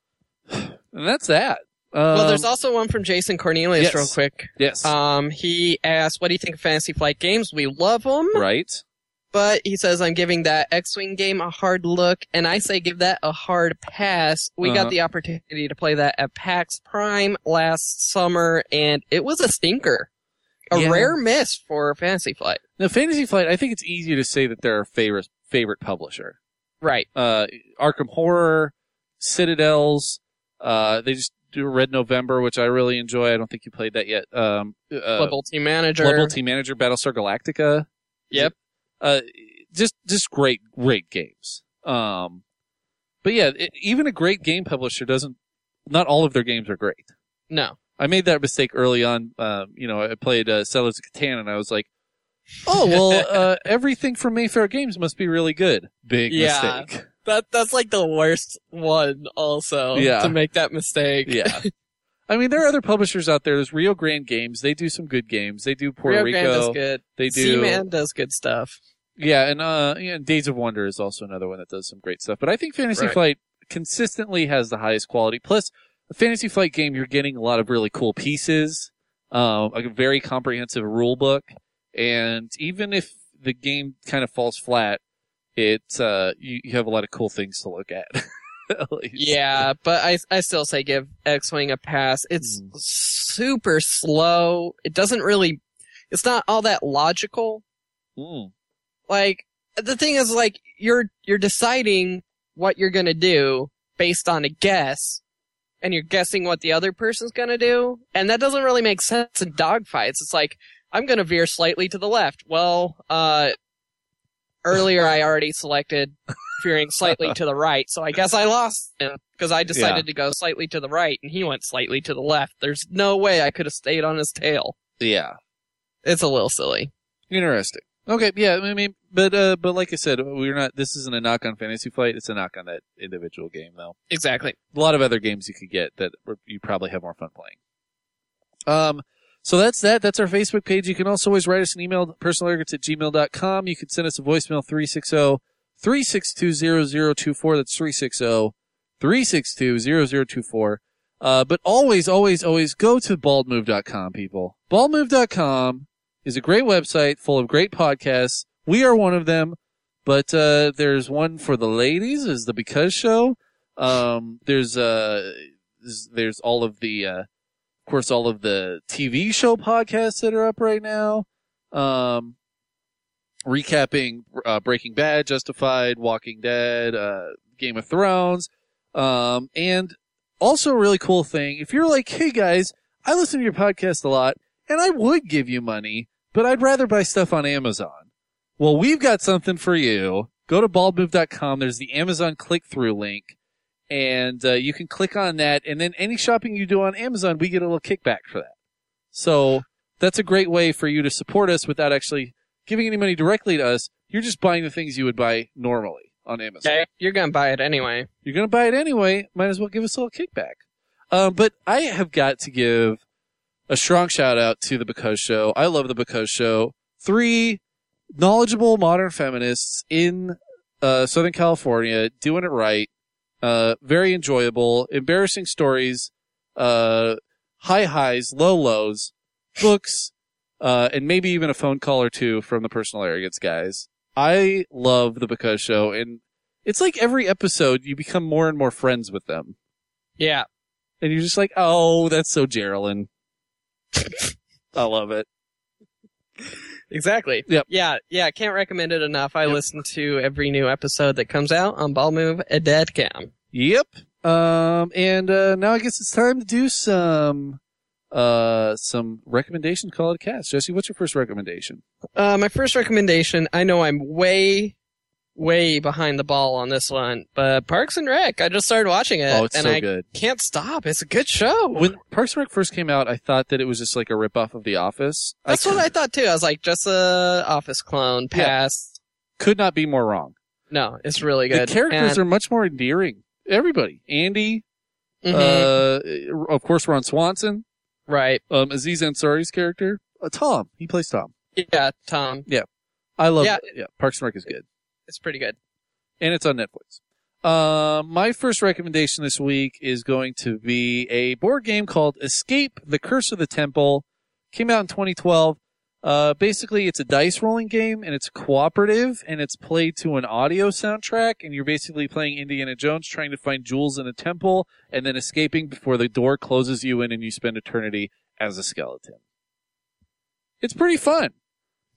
and that's that. Um,
well, there's um, also one from Jason Cornelius,
yes.
real quick.
yes,
Um, he asked, "What do you think of Fantasy Flight games? We love them.
right.
But he says I'm giving that X-wing game a hard look, and I say give that a hard pass. We
Uh-huh.
got the opportunity to play that at PAX Prime last summer, and it was a stinker, a
Yeah.
rare miss for Fantasy Flight.
Now, Fantasy Flight, I think it's easier to say that they're our favorite favorite publisher.
Right.
Uh, Arkham Horror, Citadels. Uh, they just do Red November, which I really enjoy. I don't think you played that yet. Um, uh,
Level Team Manager.
Global Team Manager, Battlestar Galactica.
Yep.
Uh, just just great great games. Um, but yeah, it, even a great game publisher doesn't. Not all of their games are great.
No.
I made that mistake early on. Um, you know, I played uh, Settlers of Catan, and I was like, "Oh well, uh, everything from Mayfair Games must be really good." Big
Yeah.
mistake.
That that's like the worst one also
Yeah.
to make that mistake.
Yeah. I mean, there are other publishers out there. There's Rio Grande Games. They do some good games. They do Puerto
Rio
Rico.
Grande does good.
They do.
Seaman does good stuff.
Yeah, and uh, yeah, and Days of Wonder is also another one that does some great stuff. But I think Fantasy
Right.
Flight consistently has the highest quality. Plus, a Fantasy Flight game, you're getting a lot of really cool pieces, um, a very comprehensive rule book, and even if the game kind of falls flat, it uh, you, you have a lot of cool things to look at. At least.
Yeah, but I I still say give X Wing a pass. It's
Mm.
super slow. It doesn't really it's not all that logical.
Mm.
Like the thing is like you're you're deciding what you're gonna do based on a guess and you're guessing what the other person's gonna do, and that doesn't really make sense in dogfights. It's like I'm gonna veer slightly to the left. Well, uh earlier I already selected veering slightly to the right, so I guess I lost him because I decided to go slightly to the right and he went slightly to the left. There's no way I could have stayed on his tail.
Yeah.
It's a little silly.
Interesting. Okay, yeah, I mean, but uh, but like I said, we're not. This isn't a knock on Fantasy Flight. It's a knock on that individual game, though.
Exactly.
a lot of other games you could get that were- you probably have more fun playing. Um, so that's that. That's our Facebook page. You can also always write us an email, personalargets at gmail.com. You can send us a voicemail, 360-362-0024. That's 360-362-0024. Uh, but always, always, always go to baldmove.com, people. Baldmove.com is a great website full of great podcasts. We are one of them, but, uh, there's one for the ladies is the Because Show. Um, there's uh, there's, there's all of the, uh, of course, all of the TV show podcasts that are up right now. Um, recapping uh, Breaking Bad, Justified, Walking Dead, uh, Game of Thrones, um, and also a really cool thing. If you're like, hey guys, I listen to your podcast a lot, and I would give you money, but I'd rather buy stuff on Amazon. Well, we've got something for you. Go to baldmove.com. There's the Amazon click through link and uh, you can click on that and then any shopping you do on amazon we get a little kickback for that so that's a great way for you to support us without actually giving any money directly to us you're just buying the things you would buy normally on amazon
Okay. You're gonna buy it anyway.
you're gonna buy it anyway might as well give us a little kickback um, but i have got to give a strong shout out to the because show i love the because show three knowledgeable modern feminists in uh, southern california doing it right uh, very enjoyable, embarrassing stories, uh, high highs, low lows, books, uh, and maybe even a phone call or two from the personal arrogance guys. I love the Because Show, and it's like every episode you become more and more friends with them,
Yeah.
and you're just like, oh, that's so Geraldine. I love it.
Exactly.
Yep.
Yeah, yeah, can't recommend it enough. I
Yep.
listen to every new episode that comes out on Ball Move a Dead Cam.
Yep. Um, and uh, now I guess it's time to do some uh some recommendation call it a cast. Jesse, what's your first recommendation?
Uh, my first recommendation, I know I'm way, way behind the ball on this one, but Parks and Rec, I just started watching it
oh, it's
Uh, and
so
I
good.
can't stop. It's a good show.
When Parks and Rec first came out, I thought that it was just like a ripoff of The Office.
That's
I
what
could,
I thought too. I was like, just a office clone
Yeah.
pass.
could not be more wrong.
No, it's really good.
The characters are much more endearing. Everybody, Andy,
are
uh, of course Ron Swanson,
mm-hmm. right.
um, Aziz Ansari's character, uh, Tom. He plays Tom.
Yeah, Tom.
I love.
Yeah.
Yeah, Parks and Rec is good,
It's pretty good.
and it's on Netflix. Uh, my first recommendation this week is going to be a board game called Escape: The Curse of the Temple. Came out in 2012. Uh, basically, it's a dice rolling game, and it's cooperative, and it's played to an audio soundtrack, and you're basically playing Indiana Jones trying to find jewels in a temple, and then escaping before the door closes you in, and you spend eternity as a skeleton. It's pretty fun.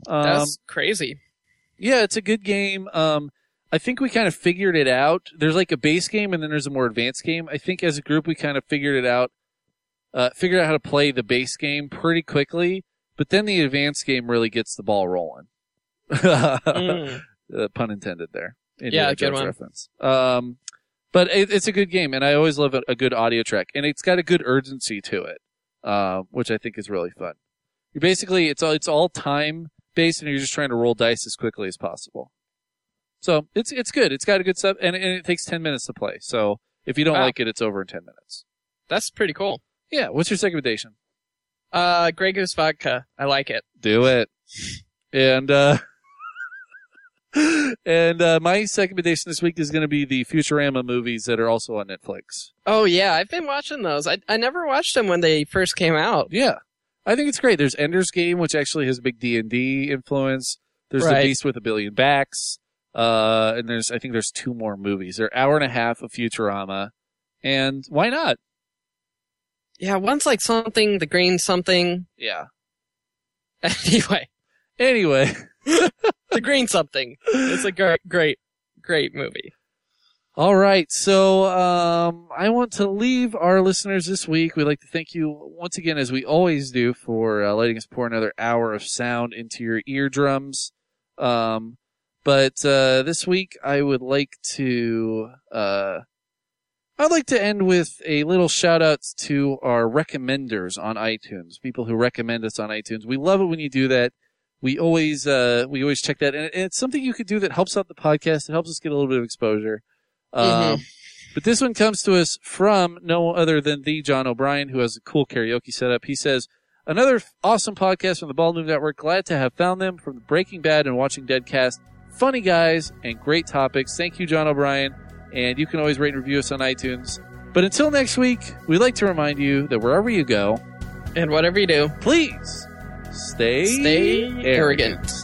Um,
That's crazy.
yeah, it's a good game. Um, I think we kind of figured it out. There's like a base game and then there's a more advanced game. I think as a group we kind of figured it out, uh, figured out how to play the base game pretty quickly. But then the advanced game really gets the ball rolling.
Mm.
uh, pun intended there.
Yeah, good
Jones
one.
Reference. Um, but it, it's a good game, and I always love a, a good audio track, and it's got a good urgency to it, uh, which I think is really fun. You basically it's all it's all time based, and you're just trying to roll dice as quickly as possible. So it's it's good. It's got a good sub, and, and it takes ten minutes to play. So if you don't
Wow.
like it, it's over in ten minutes.
That's pretty cool.
Yeah. What's your recommendation?
Uh, Grey Goose vodka. I like it.
Do it. And uh and uh my recommendation this week is going to be the Futurama movies that are also on Netflix.
Oh yeah, I've been watching those. I I never watched them when they first came out.
Yeah. I think it's great. There's Ender's Game which actually has a big D&D influence. There's
Right.
The Beast with a Billion Backs. Uh and there's I think there's two more movies. They're hour and a half of Futurama. And why not?
Yeah, one's like something, the green something.
Yeah.
anyway,
Anyway,
the green something. It's a great, great, great movie.
All right. So um, I want to leave our listeners this week. We'd like to thank you once again, as we always do, for uh, letting us pour another hour of sound into your eardrums. Um, but uh, this week, I would like to. Uh, I'd like to end with a little shout out to our recommenders on iTunes, people who recommend us on iTunes. We love it when you do that. We always uh, we always check that, and it- it's something you could do that helps out the podcast. It helps us get a little bit of exposure.
Mm-hmm.
Um, But this one comes to us from no other than the John O'Brien, who has a cool karaoke setup. He says, Another f- awesome podcast from the Bald Move Network. Glad to have found them from Breaking Bad and Watching Deadcast. Funny guys and great topics. Thank you, John O'Brien. And you can always rate and review us on iTunes. But until next week, we'd like to remind you that wherever you go,
And whatever you do,
please stay,
stay arrogant.